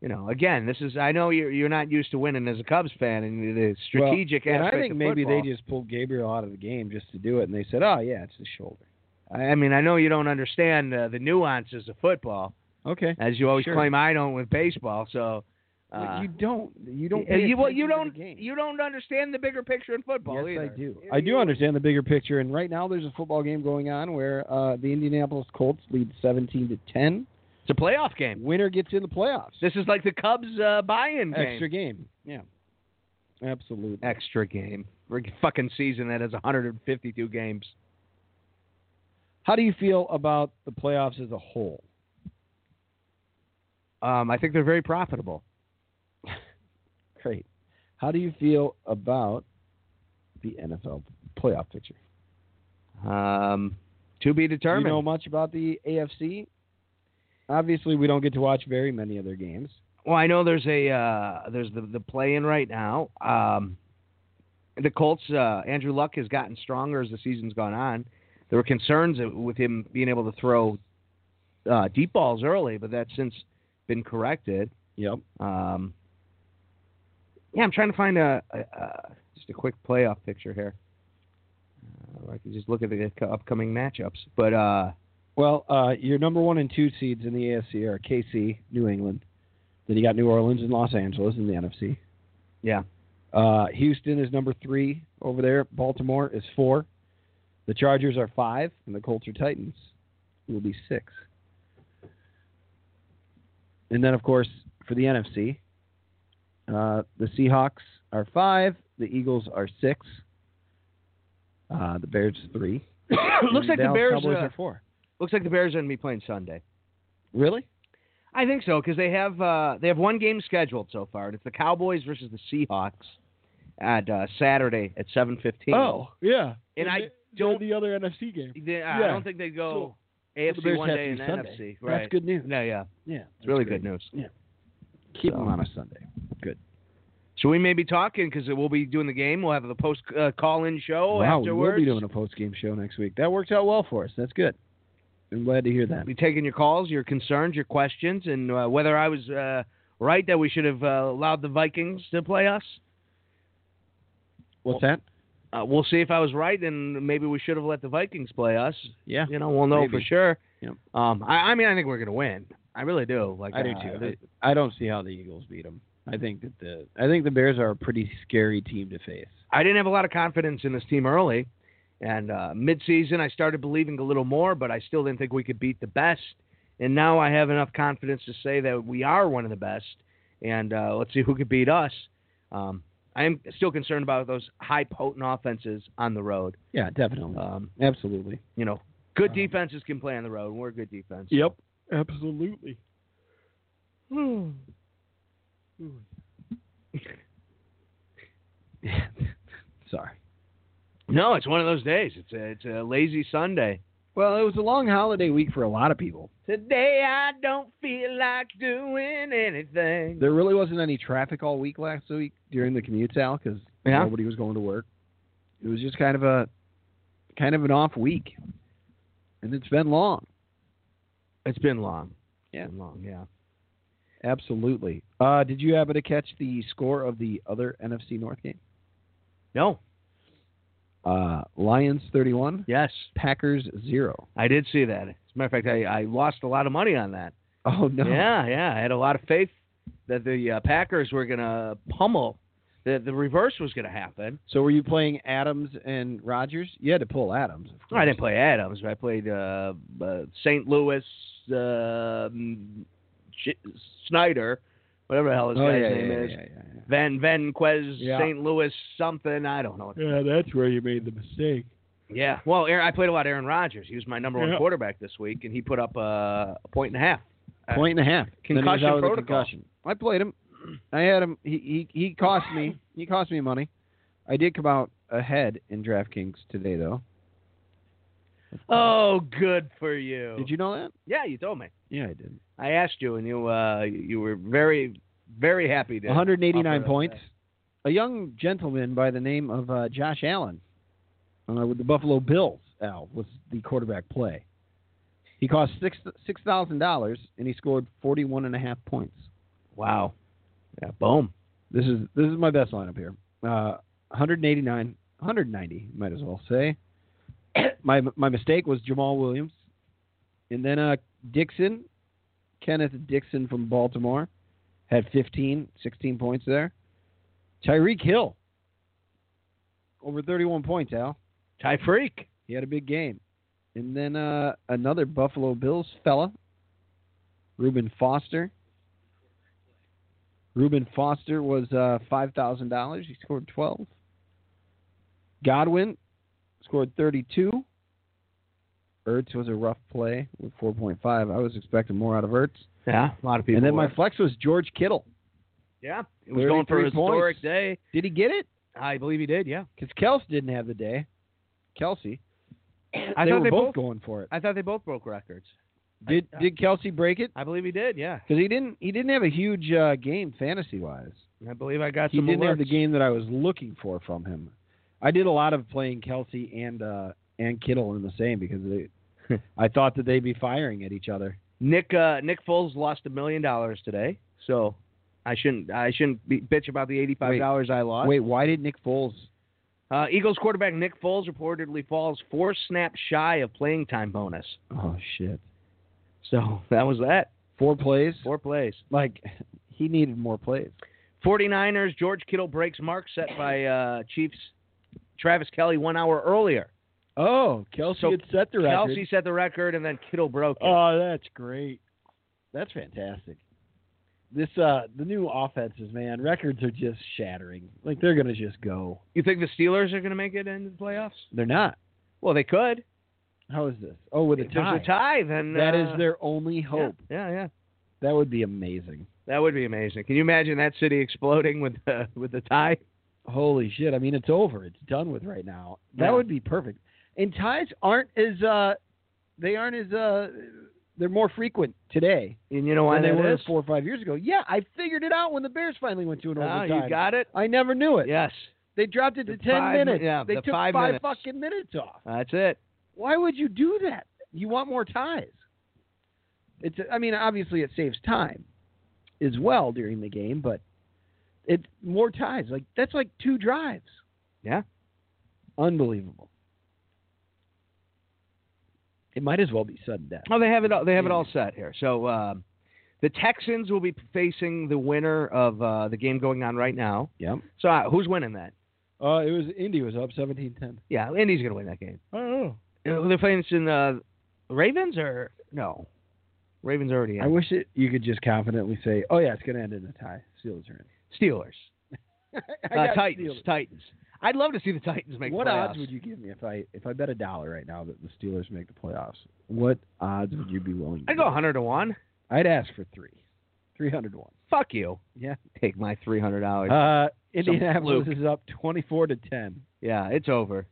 You know, again, this is I know you're you're not used to winning as a Cubs fan and the
Well,
strategic
and I
aspect
think
of
maybe
football.
they just pulled Gabriel out of the game just to do it, and they said, "Oh yeah, it's the shoulder."
I I mean, I know you don't understand uh, the nuances of football,
Okay.
as you always
Sure.
claim I don't with baseball. So
But
uh,
you don't. uh, You don't.
Yeah,
pay
you, well, you
attention to
don't
the game.
you don't understand the bigger picture in football
yes,
either.
I do.
You-
I do
you-
understand the bigger picture, and right now there's a football game going on where uh, the Indianapolis Colts lead 17 to 10.
It's a playoff game.
Winner gets in the playoffs.
This is like the Cubs uh, buy-in game.
Extra game. Yeah. Absolutely.
Extra game. For a fucking season that has 152 games.
How do you feel about the playoffs as a whole?
Um, I think they're very profitable.
Great. How do you feel about the NFL playoff picture?
Um, to be
Do you
determined.
know much about the AFC? Obviously, we don't get to watch very many of their games.
well, I know there's a uh, there's the the play in right now. Um, the Colts. Uh, Andrew Luck has gotten stronger as the season's gone on. There were concerns with him being able to throw uh, deep balls early, but that's since been corrected.
Yep.
Um, yeah, I'm trying to find a, a, a just a quick playoff picture here. Uh, I can just look at the c- upcoming matchups, but uh,
Well, uh, your number one and two seeds in the AFC are KC, New England. Then you got New Orleans and Los Angeles in the NFC.
yeah,
Uh, Houston is number three over there. Baltimore is four. The Chargers are five, and the Colts or Titans will be six. And then, of course, for the NFC, uh, the Seahawks are five. The Eagles are six. Uh, the Bears three.
looks
and
like the
Dallas
Bears.
Cowboys
uh,
are four.
looks like the Bears are going to be playing Sunday.
Really?
I think so because they have uh, they have one game scheduled so far, and it's the Cowboys versus the Seahawks at uh, Saturday at seven fifteen.
Oh, yeah.
And I
They're
don't-
the other NFC game.
They- I
Yeah.
don't think they go
the
AFC
Bears
one
have
day
to
and
be Sunday.
NFC. Right?
That's good news.
No, yeah, it's
Yeah, that's
really
great.
good news.
Keep
So-
them on a Sunday.
So we may be talking because we'll be doing the game. We'll have the post uh, call-in show
wow,
afterwards.
we'll be doing a post game show next week. That worked out well for us. That's good. I'm glad to hear that.
Be taking your calls, your concerns, your questions, and uh, whether I was uh, right that we should have uh, allowed the Vikings to play us.
What's that?
Uh, we'll see if I was right, and maybe we should have let the Vikings play us.
Yeah.
You know, we'll know for
Maybe.
sure.
Yep.
Um, I, I mean, I think we're gonna win. I really do. Like
I do
uh,
too.
the-
I, I don't see how the Eagles beat them. I think that the I think the Bears are a pretty scary team to face.
I didn't have a lot of confidence in this team early, and uh, midseason I started believing a little more, but I still didn't think we could beat the best. And now I have enough confidence to say that we are one of the best, and uh, let's see who could beat us. Um, I am still concerned about those high potent offenses on the road.
Yeah, definitely.
Um,
Absolutely.
you know, good
Um,
defenses can play on the road, and we're a good defense.
Yep, absolutely.
Sorry.
No, it's one of those days. It's a, it's a lazy Sunday.
Well, it was a long holiday week for a lot of people.
Today I don't feel like doing anything.
There really wasn't any traffic all week last week during the commutes out because
Yeah.
nobody was going to work. It was just kind of a kind of an off week, and it's been long.
It's been long.
Yeah.
Been long. Yeah.
Absolutely. Uh, did you happen to catch the score of the other NFC North game?
No.
Uh, Lions 31,
Yes,
Packers 0.
I did see that. As a matter of fact, I, I lost a lot of money on that.
Oh, no.
Yeah, yeah. I had a lot of faith that the uh, Packers were gonna pummel. That the reverse was gonna happen.
So were you playing Adams and Rogers? You had to pull Adams. Of course.
I didn't play Adams. but I played uh, uh, St. Louis, uh, mm, Sh- Snyder, whatever the hell his
Oh,
guy's
yeah,
name
yeah,
is.
yeah, yeah, yeah.
Van Vanquez,
Yeah.
St. Louis, something. I don't know.
Yeah, that's where you made the mistake.
Yeah. Well, Aaron, I played a lot of Aaron Rodgers. He was my number one
Yeah.
quarterback this week, and he put up uh, a point and a half. Uh,
Point and a half. Then he was
concussion
out with a
protocol.
concussion. I played him. I had him. He, he he cost me. He cost me money. I did come out ahead in DraftKings today, though.
Oh, good for you.
Did you know that?
Yeah, you told me.
Yeah, I did.
I asked you, and you uh, you were very, very happy to.
189
upper,
points. A young gentleman by the name of uh, Josh Allen uh, with the Buffalo Bills. Al was the quarterback play. He cost six six thousand dollars and he scored 41 and a half points.
Wow. Yeah. Boom.
This is this is my best lineup here. Uh, 189, 190, might as well say. my my mistake was Jamal Williams, and then uh, Dixon, Kenneth Dixon from Baltimore, had 15, 16 points there. Tyreek Hill, over 31 points. Al,
Ty Freak.
he had a big game, and then uh, another Buffalo Bills fella, Reuben Foster. Reuben Foster was uh, five thousand dollars. He scored twelve. Godwin scored thirty-two. Ertz was a rough play with four point five. I was expecting more out of Ertz.
Yeah. A lot of people.
and then
were.
my flex was George Kittle.
yeah, it was going for a
33 points.
historic day.
Did he get it?
I believe he did. Yeah.
Because Kels didn't have the day. Kelsey.
I
they
thought
were
they
both,
both-
going for it.
I thought they both broke records.
Did
I-
did Kelsey break it?
I believe he did. Yeah.
Because he didn't he didn't have a huge uh, game fantasy wise.
I believe I got
He
some.
didn't have the
alerts.
game that I was looking for from him. I did a lot of playing Kelsey and uh, and Kittle in the same because they, I thought that they'd be firing at each other.
Nick uh, Nick Foles lost a million dollars today, so I shouldn't I shouldn't be bitch about the eighty five dollars I lost.
Wait, why did Nick Foles?
Uh, Eagles quarterback Nick Foles reportedly falls four snaps shy of playing time bonus.
Oh shit!
So that was that.
Four plays.
Four plays.
Like he needed more plays.
49ers, George Kittle breaks mark set by uh, Chiefs Travis Kelly one hour earlier.
Oh, Kelsey
So,
had set the record.
Kelsey set the record, and then Kittle broke
Uh,
it.
Oh, that's great.
That's fantastic. This uh the new offenses, man. Records are just shattering. Like they're gonna just go.
you think the Steelers are going to make it into the playoffs?
They're not.
Well, they could.
How is this? Oh, with a
if there's
tie.
a tie, then
That is
uh,
their only
yeah,
hope.
Yeah, yeah,
That would be amazing.
that would be amazing. Can you imagine that city exploding with the with the tie?
Holy shit! I mean, it's over. It's done with right now. That
Yeah.
would be perfect. And ties aren't as uh they aren't as uh they're more frequent today
And you Oh, know why
than they
that
were
is?
four or five years ago. Yeah, I figured it out when the Bears finally went to an
Ah,
overtime.
you got it.
I never knew it.
Yes,
They dropped it
The
to ten
five-
minutes.
yeah,
they
the
took
five minutes.
fucking minutes off.
that's it.
Why would you do that? You want more ties. It's I mean, obviously it saves time as well during the game, but it's more ties. Like that's like two drives.
Yeah.
Unbelievable. It might as well be sudden death.
Oh, they have it. All, they have it all set here. So um, the Texans will be facing the winner of uh, the game going on right now.
Yep.
So uh, who's winning that?
Uh, it was Indy was up 17-10.
Yeah, Indy's going to win that game.
Oh,
Uh, They're facing uh, Ravens or no? Ravens already
I
in.
wish it you could just confidently say, "Oh yeah, it's going to end in a tie." Steelers are
Steelers.
in. I
Uh,
got
Titans.
Steelers.
Titans. I'd love to see the Titans make
what
playoffs.
odds would you give me if I if I bet a dollar right now that the Steelers make the playoffs? What odds would you be willing? to
I'd go
give?
100 to 1.
I'd ask for three, three hundred to one.
Fuck you.
Yeah.
Take my $300.
Uh, Indianapolis
fluke.
is up twenty-four to ten.
yeah, it's over.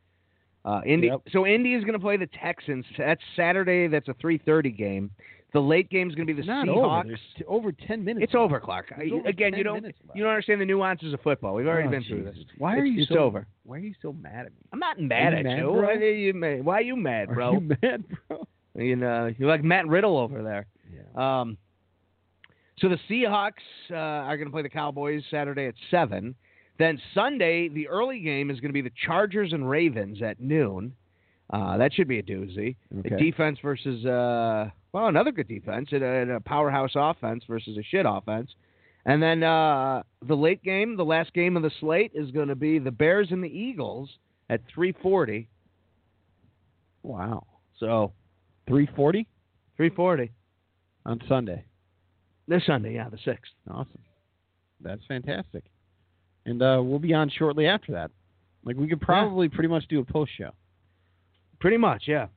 Uh, Indy,
Yep.
So Indy is going to play the Texans. That's Saturday. That's a 3:30 game. The late game is going to be the
It's not
Seahawks.
over. There's t- over ten minutes.
It's over, Clark.
There's over
Again, you
10
don't
minutes left.
you don't understand the nuances of football. We've already
Oh,
been through this.
Jesus. Why are
It's-
you
it's
so
over.
Why are you so mad at me?
I'm not mad
you
at
mad,
you.
bro?
Why are you mad? Why are you mad, bro?
Are you mad, bro? Uh,
You know, you're like Matt Riddle over there. Um, so the Seahawks uh, are going to play the Cowboys Saturday at seven. Then Sunday, the early game is going to be the Chargers and Ravens at noon. Uh, that should be a doozy. The
Okay.
defense versus uh, well, another good defense and a, and a powerhouse offense versus a shit offense. And then uh, the late game, the last game of the slate, is going to be the Bears and the Eagles at three forty.
Wow.
So
Three forty
three forty
on Sunday.
this Sunday, yeah, the sixth.
Awesome. That's fantastic. And uh, we'll be on shortly after that. Like we could probably pretty much do a post show.
Pretty much, yeah.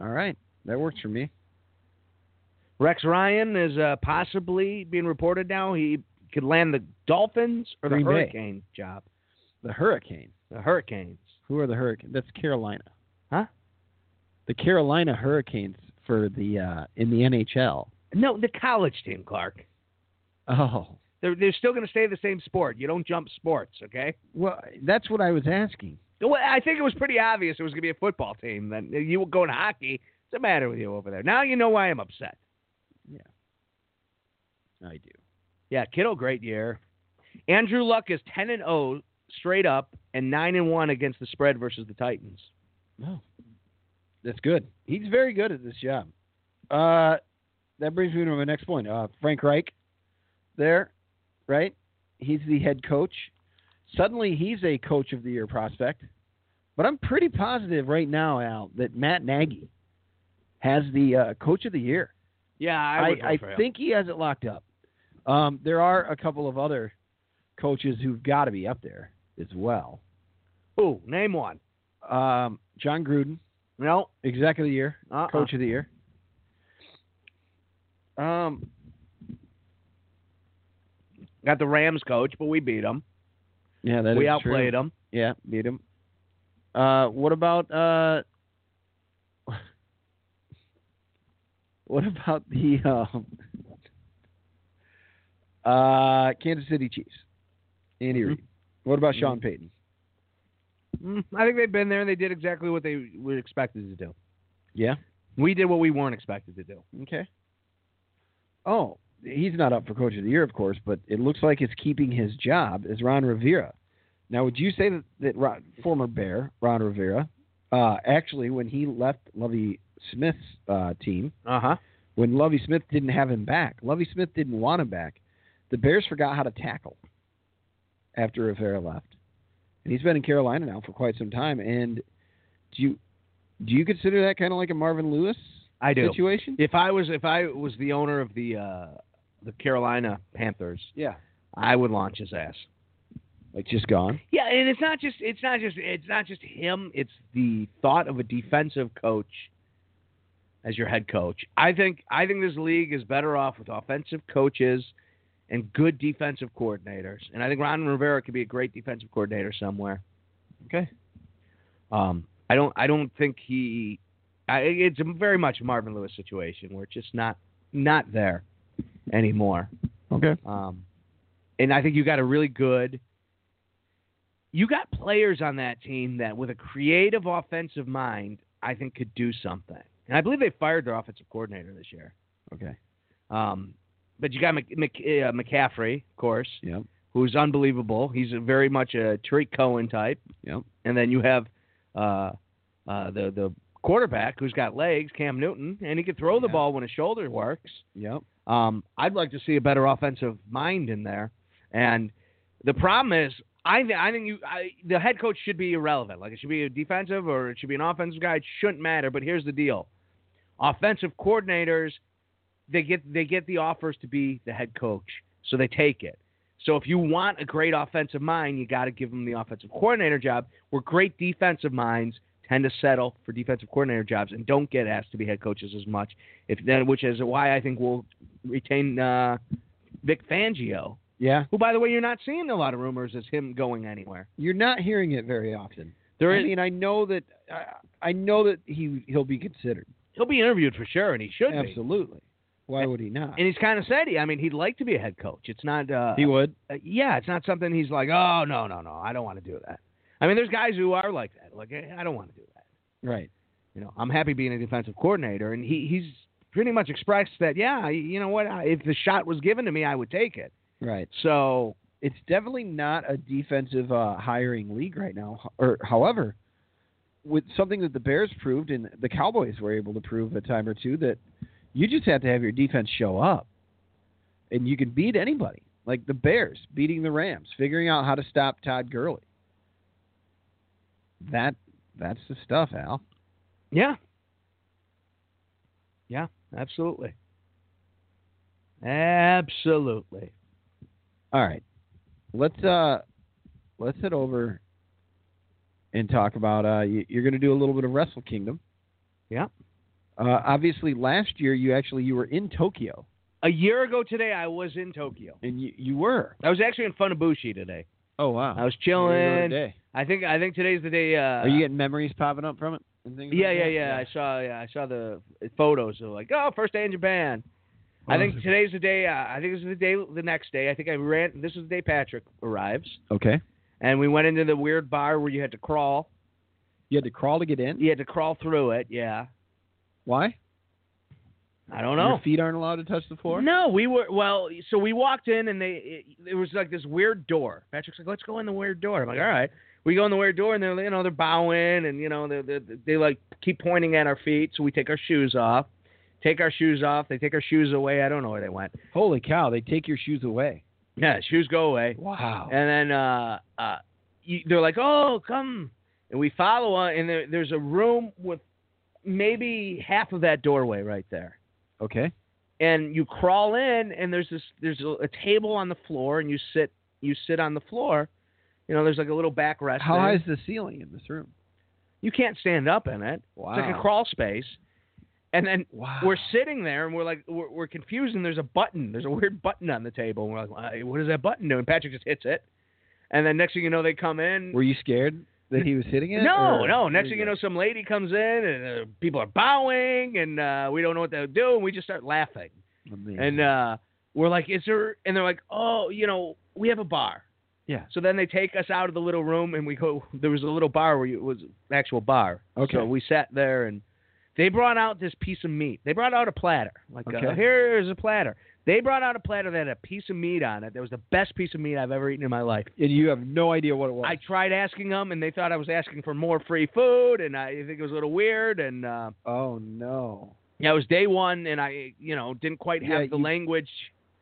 All right, that works for me.
Rex Ryan is uh, possibly being reported now. He could land the Dolphins or the
Green Bay.
Hurricane job.
The Hurricane.
The Hurricanes.
Who are the Hurricane? That's Carolina.
Huh?
The Carolina Hurricanes for the uh, in the NHL.
No, the college team, Clark.
Oh,
They're they're still going to stay the same sport. You don't jump sports, okay?
well, that's what I was asking.
Well, I think it was pretty obvious it was going to be a football team. Then you were going to hockey. What's the matter with you over there? Now you know why I'm upset.
I do.
Yeah, Kittle, great year. Andrew Luck is ten and zero straight up and nine and one against the spread versus the Titans.
No, that's good. He's very good at this job. Uh, that brings me to my next point. Uh, Frank Reich, there, right? He's the head coach. Suddenly, he's a coach of the year prospect. But I'm pretty positive right now, Al, that Matt Nagy has the uh, coach of the year.
Yeah, I,
I,
would
I,
vote for him.
think he has it locked up. Um, there are a couple of other coaches who've got to be up there as well.
Who? Name one.
Um, John Gruden,
No.
exec of the year,
Uh-uh.
coach of the year. Um,
Got the Rams coach, but we beat them.
yeah, that
we outplayed uh, them.
Yeah, beat him. Uh, what about uh, what about the um, uh, Kansas City Chiefs? Andy
Mhm.
Reid. What about
Mhm.
Sean Payton?
Mm, I think they've been there and they did exactly what they were expected to do.
Yeah.
We did what we weren't expected to do.
Okay. Oh, he's not up for coach of the year, of course, but it looks like it's keeping his job is Ron Rivera. Now, would you say that, that Ron, former Bear Ron Rivera, uh, actually, when he left Lovey Smith's uh, team,
Uh huh.
when Lovey Smith didn't have him back, Lovey Smith didn't want him back. The Bears forgot how to tackle after Rivera left, and he's been in Carolina now for quite some time. And do you do you consider that kind of like a Marvin Lewis
I do.
situation?
If I was if I was the owner of the uh, the Carolina Panthers,
Yeah,
I would launch his ass.
like just gone.
Yeah, and it's not just it's not just it's not just him. It's the thought of a defensive coach as your head coach. I think I think this league is better off with offensive coaches and good defensive coordinators. And I think Ron Rivera could be a great defensive coordinator somewhere.
Okay.
Um, I don't I don't think he. I, it's a very much Marvin Lewis situation where it's just not not there anymore.
Okay.
Um, and I think you got a really good. You got players on that team that, with a creative offensive mind, I think could do something. And I believe they fired their offensive coordinator this year.
Okay.
Um, but you got Mc, Mc, uh, McCaffrey, of course,
Yep.
who's unbelievable. He's a very much a Tariq Cohen type.
Yep.
And then you have uh, uh, the the quarterback who's got legs, Cam Newton, and he can throw the
Yeah.
ball when his shoulder works.
Yep.
Um, I'd like to see a better offensive mind in there. And the problem is, I, th- I think you, I, the head coach should be irrelevant. Like it should be a defensive or it should be an offensive guy. It shouldn't matter. But here's the deal: offensive coordinators, they get they get the offers to be the head coach, so they take it. So if you want a great offensive mind, you got to give them the offensive coordinator job. Where great defensive minds tend to settle for defensive coordinator jobs and don't get asked to be head coaches as much. If then, which is why I think we'll retain uh, Vic Fangio,
Yeah.
who, by the way, you're not seeing a lot of rumors as him going anywhere.
You're not hearing it very often.
There
I
is,
mean, I know that I, I know that he he'll be considered.
he'll be interviewed for sure, and he should be.
Absolutely. Why would he not?
And he's kind of said he. I mean, he'd like to be a head coach. It's not. Uh,
he would.
uh, yeah, it's not something he's like. Oh no, no, no, I don't want to do that. I mean, there's guys who are like that. Like "Eh, I don't want to do that.
Right.
You know, I'm happy being a defensive coordinator, and he he's pretty much expressed that. Yeah, y- you know what? I, if the shot was given to me, I would take it.
Right.
So
It's definitely not a defensive uh, hiring league right now. Ho- Or however, with something that the Bears proved and the Cowboys were able to prove a time or two that you just have to have your defense show up, and you can beat anybody. Like the Bears beating the Rams, figuring out how to stop Todd Gurley. That that's the stuff, Al.
Yeah. Yeah, absolutely. Absolutely.
All right. Let's uh let's head over and talk about uh you, you're going to do a little bit of Wrestle Kingdom.
Yeah.
Uh obviously last year you actually you were in Tokyo
A year ago today, I was in Tokyo.
and you you were.
I was actually in Funabushi today.
Oh wow.
I was chilling. I think I think today's the day. Uh,
Are you getting memories popping up from it? And things
yeah,
like
yeah,
that?
yeah. I saw yeah, I saw the photos of like oh first day in Japan. I think today's the day. Uh, I think this is the day. The next day, I think I ran. This is the day Patrick arrives,
Okay.
and we went into the weird bar where you had to crawl.
You had to crawl to get in.
You had to crawl through it. Yeah,
Why?
I don't know.
Your feet aren't allowed to touch the floor.
No, we were well. So we walked in, and they it, it was like this weird door. Patrick's like, "Let's go in the weird door." I'm like, "All right." We go in the weird door, and they're you know they're bowing, and you know they they they like keep pointing at our feet. So we take our shoes off, take our shoes off. They take our shoes away. I don't know where they went.
Holy cow! They take your shoes away.
Yeah, shoes go away.
Wow.
And then uh, uh, you, they're like, "Oh, come!" And we follow on, and there, there's a room with maybe half of that doorway right there.
Okay.
and you crawl in and there's this there's a, a table on the floor and you sit you sit on the floor you know there's like a little backrest
How
there.
high is the ceiling in this room?
you can't stand up in it
Wow.
it's like a crawl space and then
Wow.
we're sitting there and we're like we're, we're confused and there's a button there's a weird button on the table and we're like "Why- what is that button doing patrick just hits it and then next thing you know they come in
Were you scared that he was hitting it?
no,
or-
no. Next thing you know, some lady comes in and uh, people are bowing, and uh, we don't know what they'll do, and we just start laughing.
Amazing.
And uh, we're like, is there? And they're like, oh, you know, we have a bar.
Yeah.
So then they take us out of the little room, and we go. There was a little bar where you, it was an actual bar.
Okay.
So we sat there, and They brought out this piece of meat. They brought out a platter. Like, uh,
Okay.
here's a platter. They brought out a platter that had a piece of meat on it. That was the best piece of meat I've ever eaten in my life.
And you have no idea what it was.
I tried asking them, and they thought I was asking for more free food, and I think it was a little weird. And uh,
oh no.
yeah, it was day one, and I, you know, didn't quite have
Yeah,
the
you-
language.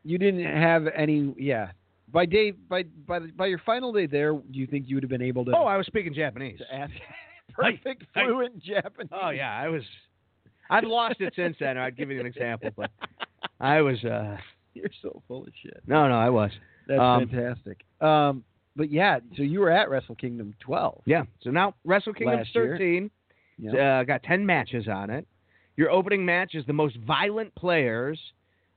You didn't have any. Yeah. By day, by by the, by your final day there, do you think you would have been able to?
Oh, I was speaking Japanese.
to ask perfect
Hey, hey.
fluent Japanese.
Oh yeah, I was. I've lost it since then. or I'd give you an example, but I was. uh
You're so full of shit.
No, no, I was.
That's
Um,
fantastic. Um, but yeah, so you were at Wrestle Kingdom 12.
Yeah. So now Wrestle Kingdom's
Last year.
13. Uh, got 10 matches on it. Your opening match is the most violent players,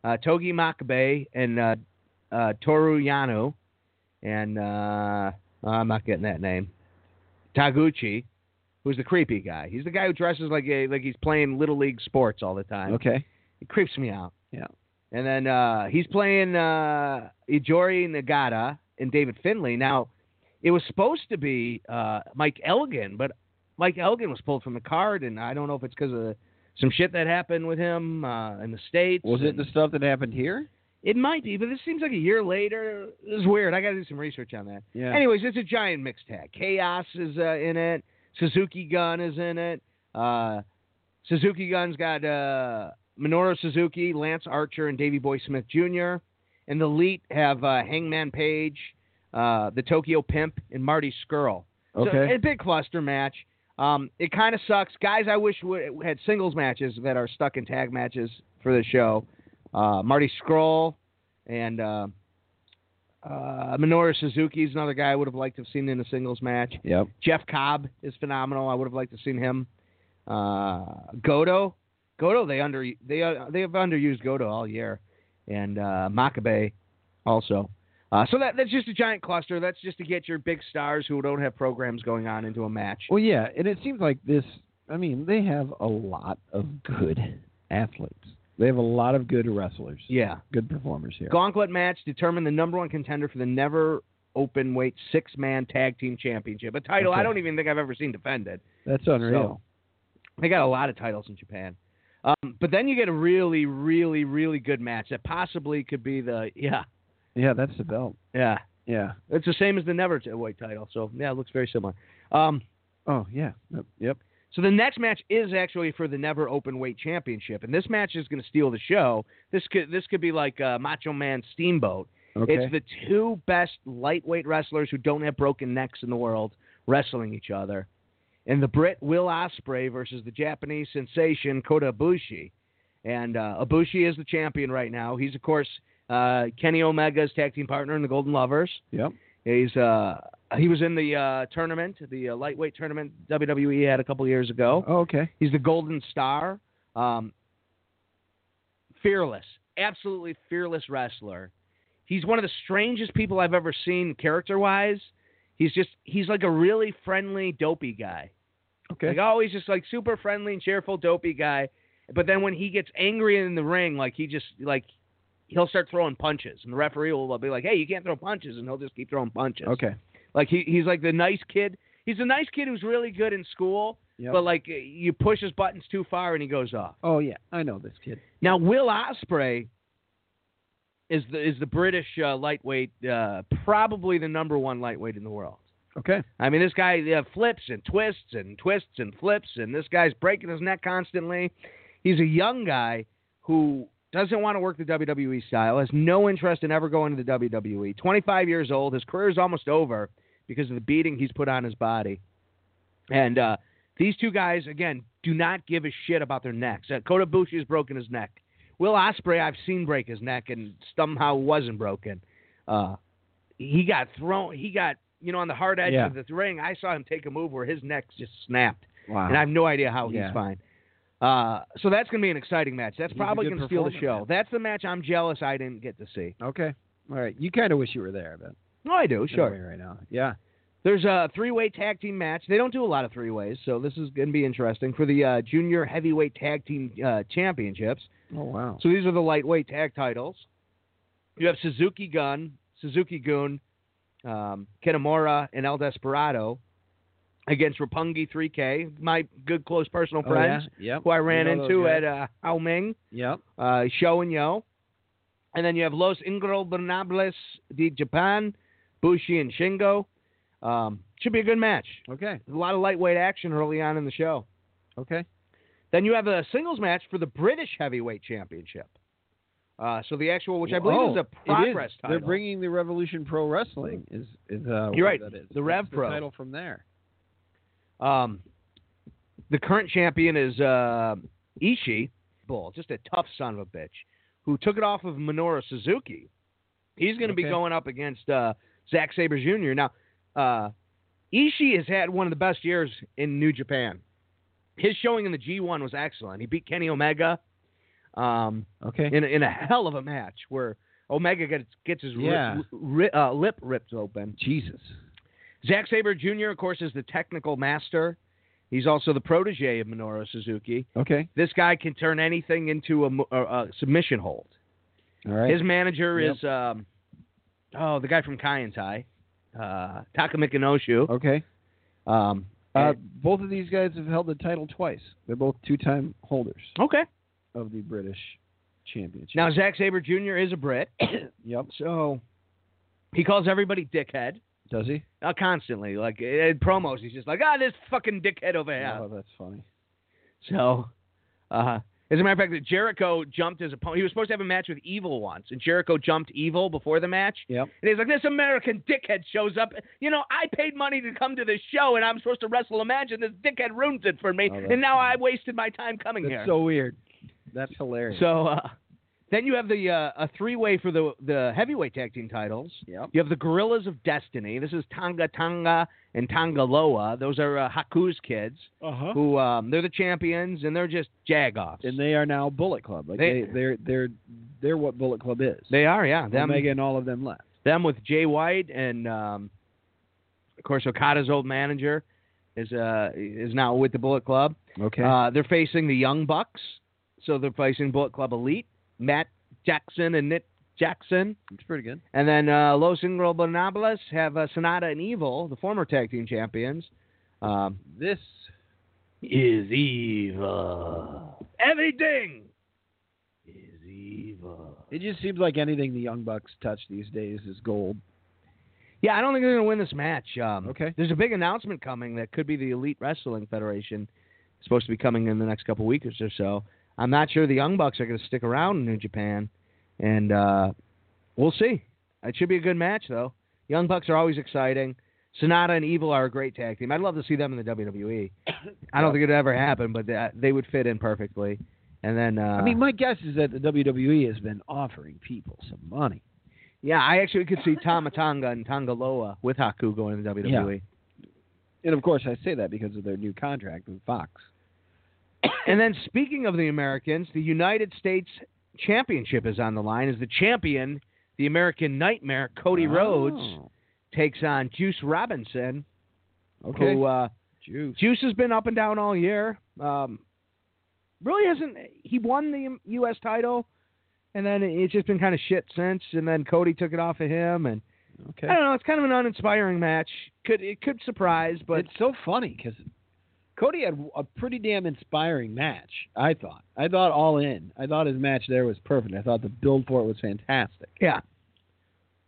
uh, Togi Makabe and uh, uh, Toru Yano, and uh, I'm not getting that name, Taguchi, who's the creepy guy. He's the guy who dresses like a, like he's playing little league sports all the time.
Okay.
It creeps me out.
Yeah.
And then uh, he's playing uh, Ijori Nagata and David Finley. Now, it was supposed to be uh, Mike Elgin, but Mike Elgin was pulled from the card, and I don't know if it's because of some shit that happened with him uh, in the states.
Was it
and-
the stuff that happened here?
It might be, but this seems like a year later. This is weird. I got to do some research on that.
Yeah.
Anyways, it's a giant mixed tag. Chaos is uh, in it. Suzuki Gun is in it. Uh, Suzuki Gun's got uh, Minoru Suzuki, Lance Archer, and Davey Boy Smith Jr. And the Elite have uh, Hangman Page, uh, the Tokyo Pimp, and Marty Skrull. So,
okay.
a big cluster match. Um, it kind of sucks. Guys, I wish we had singles matches that are stuck in tag matches for the show. Uh, Marty Scroll and uh, uh, Minoru Suzuki is another guy I would have liked to have seen in a singles match.
yep.
Jeff Cobb is phenomenal. I would have liked to have seen him. Uh, Goto, Goto, they under they uh, they have underused Goto all year, and uh, Makabe also. Uh, so that that's just a giant cluster. That's just to get your big stars who don't have programs going on into a match.
Well, yeah, and it seems like this. I mean, they have a lot of good athletes. They have a lot of good wrestlers.
Yeah.
Good performers here.
Gauntlet match determined the number one contender for the never open weight six man tag team championship, a title I
Okay.
don't even think I've ever seen defended.
That's unreal.
They got a lot of titles in Japan. Um, but then you get a really, really, really good match that possibly could be the yeah,
Yeah, that's the belt.
yeah.
Yeah.
It's the same as the never t- white title, so yeah, it looks very similar. Um,
Oh yeah. Yep. Yep.
so the next match is actually for the never open weight championship, and this match is going to steal the show. This could this could be like uh, Macho Man Steamboat.
Okay.
It's the two best lightweight wrestlers who don't have broken necks in the world wrestling each other. And the Brit Will Osprey versus the Japanese sensation Kota Ibushi. And uh, Ibushi is the champion right now. He's, of course, uh, Kenny Omega's tag team partner in the Golden Lovers.
yep.
He's uh, He was in the uh, tournament, the uh, lightweight tournament WWE had a couple years ago.
Oh, okay.
He's the Golden Star. Um, fearless, absolutely fearless wrestler. He's one of the strangest people I've ever seen character wise. He's just he's like a really friendly, dopey guy.
Okay.
Like always just like super friendly and cheerful, dopey guy. But then when he gets angry in the ring, like he just like he'll start throwing punches and the referee will be like, Hey, you can't throw punches and he'll just keep throwing punches.
Okay.
Like he, he's like the nice kid. He's a nice kid who's really good in school,
Yep.
but like you push his buttons too far and he goes off.
oh yeah, I know this kid.
Now Will Osprey is the is the British uh, lightweight, uh, probably the number one lightweight in the world.
Okay.
I mean, this guy uh, flips and twists and twists and flips, and this guy's breaking his neck constantly. He's a young guy who doesn't want to work the WWE style, has no interest in ever going to the WWE. 25 years old, his career is almost over because of the beating he's put on his body. And uh, these two guys, again, do not give a shit about their necks. Uh, Kota Bushi has broken his neck. Will Osprey, I've seen break his neck and somehow wasn't broken. Uh, he got thrown. He got you know on the hard edge
Yeah.
of the ring. I saw him take a move where his neck just snapped,
Wow.
and I have
Uh-huh.
no idea how
Yeah.
he's fine. Uh, so that's gonna be an exciting match. That's
He's a
probably
good
gonna steal the
performer,
show.
man.
That's the match I'm jealous I didn't get to see.
okay. All right. You kind of wish you were there, but
No, I do. Sure.
Right now. Yeah.
There's a three-way tag team match. They don't do a lot of three-ways, so this is going to be interesting for the uh, junior heavyweight tag team uh, championships.
Oh wow.
So these are the lightweight tag titles. You have Suzuki Gun, Suzuki Goon, um, Kinemura, and El Desperado against Rapungi 3K, my good close personal
Oh, yeah?
friends
Yep.
who I ran
We know those
into
guys.
at uh, Haoming,
Yep.
uh, Show and Yo. And then you have Los Ingobernables de Japan, Bushi and Shingo. Um, should be a good match.
Okay.
A lot of lightweight action early on in the show.
Okay.
Then you have a singles match for the British Heavyweight Championship. Uh, so the actual, which I believe
Oh,
is a
it is.
progress
They're
title.
bringing the Revolution Pro Wrestling. Is is uh,
You're
what
right.
That is.
The
That's
Rev Pro.
title from there.
Um, the current champion is uh, Ishii, Bull, just a tough son of a bitch, who took it off of Minoru Suzuki. He's going to be
Okay.
going up against uh, Zack Sabre Jr. Now, uh, Ishii has had one of the best years in New Japan. His showing in the G1 was excellent. He beat Kenny Omega um,
Okay.
in, a- in a hell of a match where Omega gets, gets his ri-
Yeah.
ri- uh, lip ripped open.
Jesus.
Zack Sabre Jr., of course, is the technical master. He's also the protege of Minoru Suzuki.
Okay.
This guy can turn anything into a, mo- a, a submission hold.
All right.
His manager
Yep.
is, um, oh, the guy from Kai and Tai, uh, Takamika Noshu.
okay.
Um,
Uh,
and-
both of these guys have held the title twice. They're both two-time holders
okay.
of the British Championship.
Now, Zack Sabre Jr. is a Brit,
yep.
so he calls everybody dickhead
Does he?
uh, constantly. Like, in promos, he's just like, ah, this fucking dickhead over here.
Oh, that's funny.
So, uh, as a matter of fact, Jericho jumped his opponent. He was supposed to have a match with Evil once, and Jericho jumped Evil before the match.
Yep.
And he's like, "This American dickhead shows up. You know, I paid money to come to this show, and I'm supposed to wrestle a match, and this dickhead ruins it for me.
Oh, that's
and now
funny.
I wasted my time coming
That's
here."
so weird. That's hilarious.
So, uh, then you have the uh, a three way for the the heavyweight tag team titles.
yep.
You have the Gorillas of Destiny. This is Tonga Tonga and Tonga Loa. Those are uh, Haku's kids
Uh-huh.
who um, they're the champions and they're just jagoffs.
And they are now Bullet Club. Like
They-
they, they are they're they're what Bullet Club is.
They are, yeah. Them,
Omega and all of them left.
them with Jay White and um, of course Okada's old manager is uh is now with the Bullet Club.
Okay.
Uh, they're facing the Young Bucks, so they're facing Bullet Club Elite, Matt Jackson and Nick Jackson,
it's pretty good.
and then uh, Los Ingobernables have uh, Sonata and Evil, the former tag team champions. Um,
This
is evil. Everything is evil.
it just seems like anything the Young Bucks touch these days is gold.
Yeah, I don't think they're going to win this match. Um,
Okay.
There's a big announcement coming that could be the Elite Wrestling Federation. It's supposed to be coming in the next couple weeks or so. I'm not sure the Young Bucks are going to stick around in New Japan, and uh, we'll see. It should be a good match, though. Young Bucks are always exciting. Sonata and Evil are a great tag team. I'd love to see them in the WWE. I don't think it'd ever happen, but that, they would fit in perfectly. And then, uh,
I mean, my guess is that the WWE has been offering people some money.
yeah, I actually could see Tama Tonga and Tonga Loa with Haku going to WWE.
Yeah. And of course, I say that because of their new contract with Fox.
And then, speaking of the Americans, the United States Championship is on the line as the champion, the American Nightmare, Cody Rhodes,
Oh,
takes on Juice Robinson,
Okay.
who uh,
Juice.
Juice has been up and down all year. Um, really hasn't. He won the U.S. title, and then it's just been kind of shit since. And then Cody took it off of him, and
Okay.
I don't know. It's kind of an uninspiring match. Could it could surprise, but
it's so funny because Cody had a pretty damn inspiring match. I thought. I thought all in. I thought his match there was perfect. I thought the build for it was fantastic.
yeah,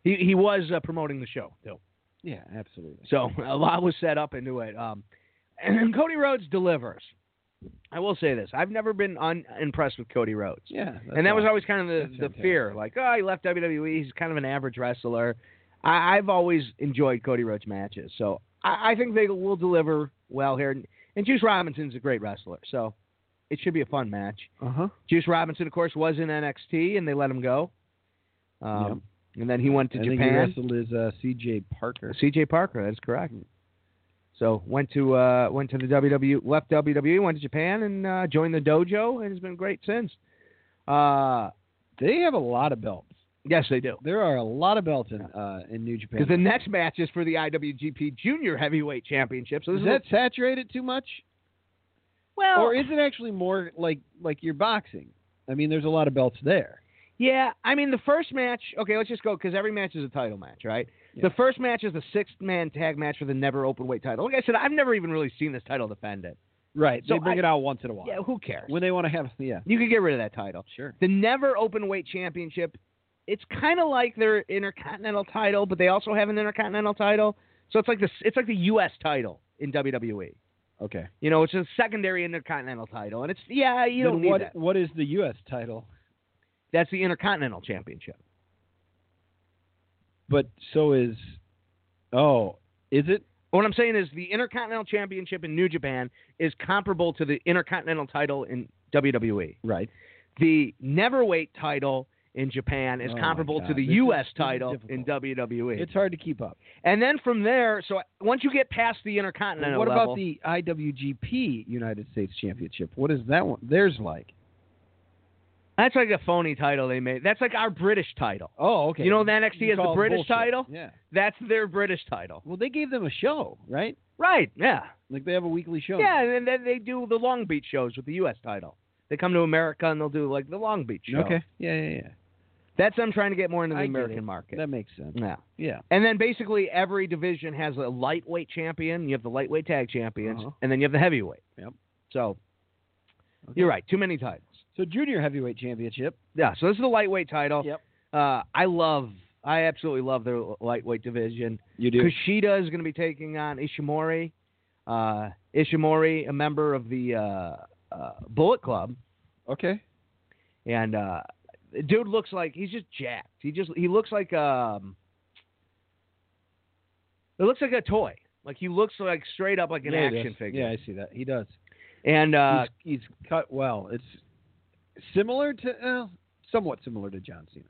he he was uh, promoting the show though.
Yeah, absolutely.
So a lot was set up into it. Um, and Cody Rhodes delivers. I will say this: I've never been unimpressed with Cody Rhodes,
Yeah. that's
and that was
all.
always kind of
that's
the, the
fantastic.
fear, like, oh, he left WWE. He's kind of an average wrestler. I, I've always enjoyed Cody Rhodes matches, so I, I think they will deliver well here. And, and Juice Robinson's a great wrestler, so it should be a fun match.
Uh-huh.
Juice Robinson, of course, was in NXT, and they let him go. Um, And then he went to
I think he
Japan.
wrestled is uh, C.J. Parker.
C.J. Parker. That's correct. So went to uh, went to the WWE, left WWE, went to Japan, and uh, joined the dojo, and has been great since. Uh,
They have a lot of belts.
yes, they do.
There are a lot of belts in uh, in New Japan.
Because the next match is for the IWGP Junior Heavyweight Championship. So this
is
is
that saturated too much,
well,
or is it actually more like like your boxing? I mean, there's a lot of belts there.
yeah. I mean, the first match. Okay, let's just go because every match is a title match, right? The first match is a six man tag match for the never open weight title. Like I said, I've never even really seen this title defended.
Right.
So
they bring
I-
it out once in a while.
Yeah, who cares?
When they want to have, yeah,
You could get rid of that title.
Oh, sure.
The never open weight championship, it's kind of like their intercontinental title, but they also have an intercontinental title. So it's like the it's like the U.S. title in WWE.
Okay.
You know, it's a secondary intercontinental title, and it's yeah, you
Then
don't need
what,
that.
What is the U.S. title?
That's the intercontinental championship.
But so is, oh, is it?
What I'm saying is the intercontinental championship in New Japan is comparable to the intercontinental title in WWE.
Right.
the neverweight title in Japan is
Oh my
comparable to
God.
the
This is-
U.S.
this is
title in E. WWE.
It's hard to keep up.
and then from there, so once you get past the
Well,
Intercontinental
what
level,
about the IWGP United States Championship? What is that one? There's like,
that's like a phony title they made. That's like our British title.
oh, okay.
You know, the NXT has the
call it
British
bullshit.
title?
Yeah.
That's their British title.
Well, they gave them a show, right?
Right, yeah.
Like they have a weekly show.
Yeah, and then they do the Long Beach shows with the U.S. title. They come to America and they'll do like the Long Beach show.
Okay. Yeah, yeah, yeah.
That's them trying to get more into the
I get
American
it.
market.
That makes sense.
yeah.
Yeah.
And then basically every division has a lightweight champion. You have the lightweight tag champions,
Uh-huh.
and then you have the heavyweight.
Yep.
So
Okay.
you're right. Too many titles.
So junior heavyweight championship.
Yeah. So this is the lightweight title.
Yep.
Uh, I love. I absolutely love their lightweight division.
You
Kushida is going to be taking on Ishimori. Uh, Ishimori, a member of the uh, uh, Bullet Club,
Okay.
and uh, the dude looks like he's just jacked. He just he looks like um, it looks like a toy. Like he looks like straight up like an
Yeah, he
action
does. Yeah,
figure.
I see that. He does.
And uh,
he's, he's cut well. It's similar to, uh, somewhat similar to John Cena.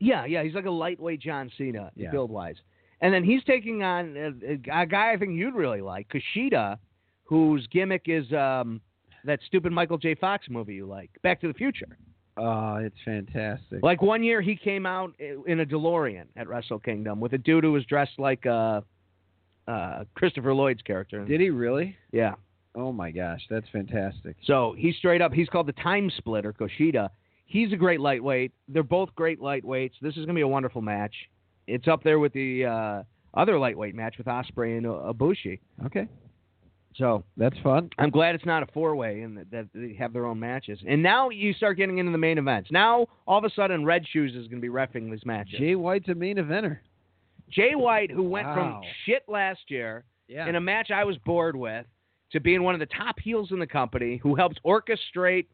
yeah, yeah, he's like a lightweight John Cena
Yeah.
build wise. And then he's taking on a, a guy I think you'd really like, Kushida, whose gimmick is um, that stupid Michael J. Fox movie you like, Back to the Future.
Oh, it's fantastic.
Like one year, he came out i- in a DeLorean at Wrestle Kingdom with a dude who was dressed like uh, uh, Christopher Lloyd's character.
Did he really?
yeah.
Oh my gosh, that's fantastic.
So he's straight up. He's called the Time Splitter, Koshida. He's a great lightweight. They're both great lightweights. This is gonna be a wonderful match. It's up there with the uh, other lightweight match with Osprey and uh, Ibushi.
Okay,
So
that's fun.
I'm glad it's not a four way and that, that they have their own matches. And now you start getting into the main events. Now all of a sudden, Red Shoes is gonna be refing these matches.
Jay White's a main eventer.
Jay White, who went
Wow.
from shit last year
Yeah.
in a match I was bored with to being one of the top heels in the company, who helped orchestrate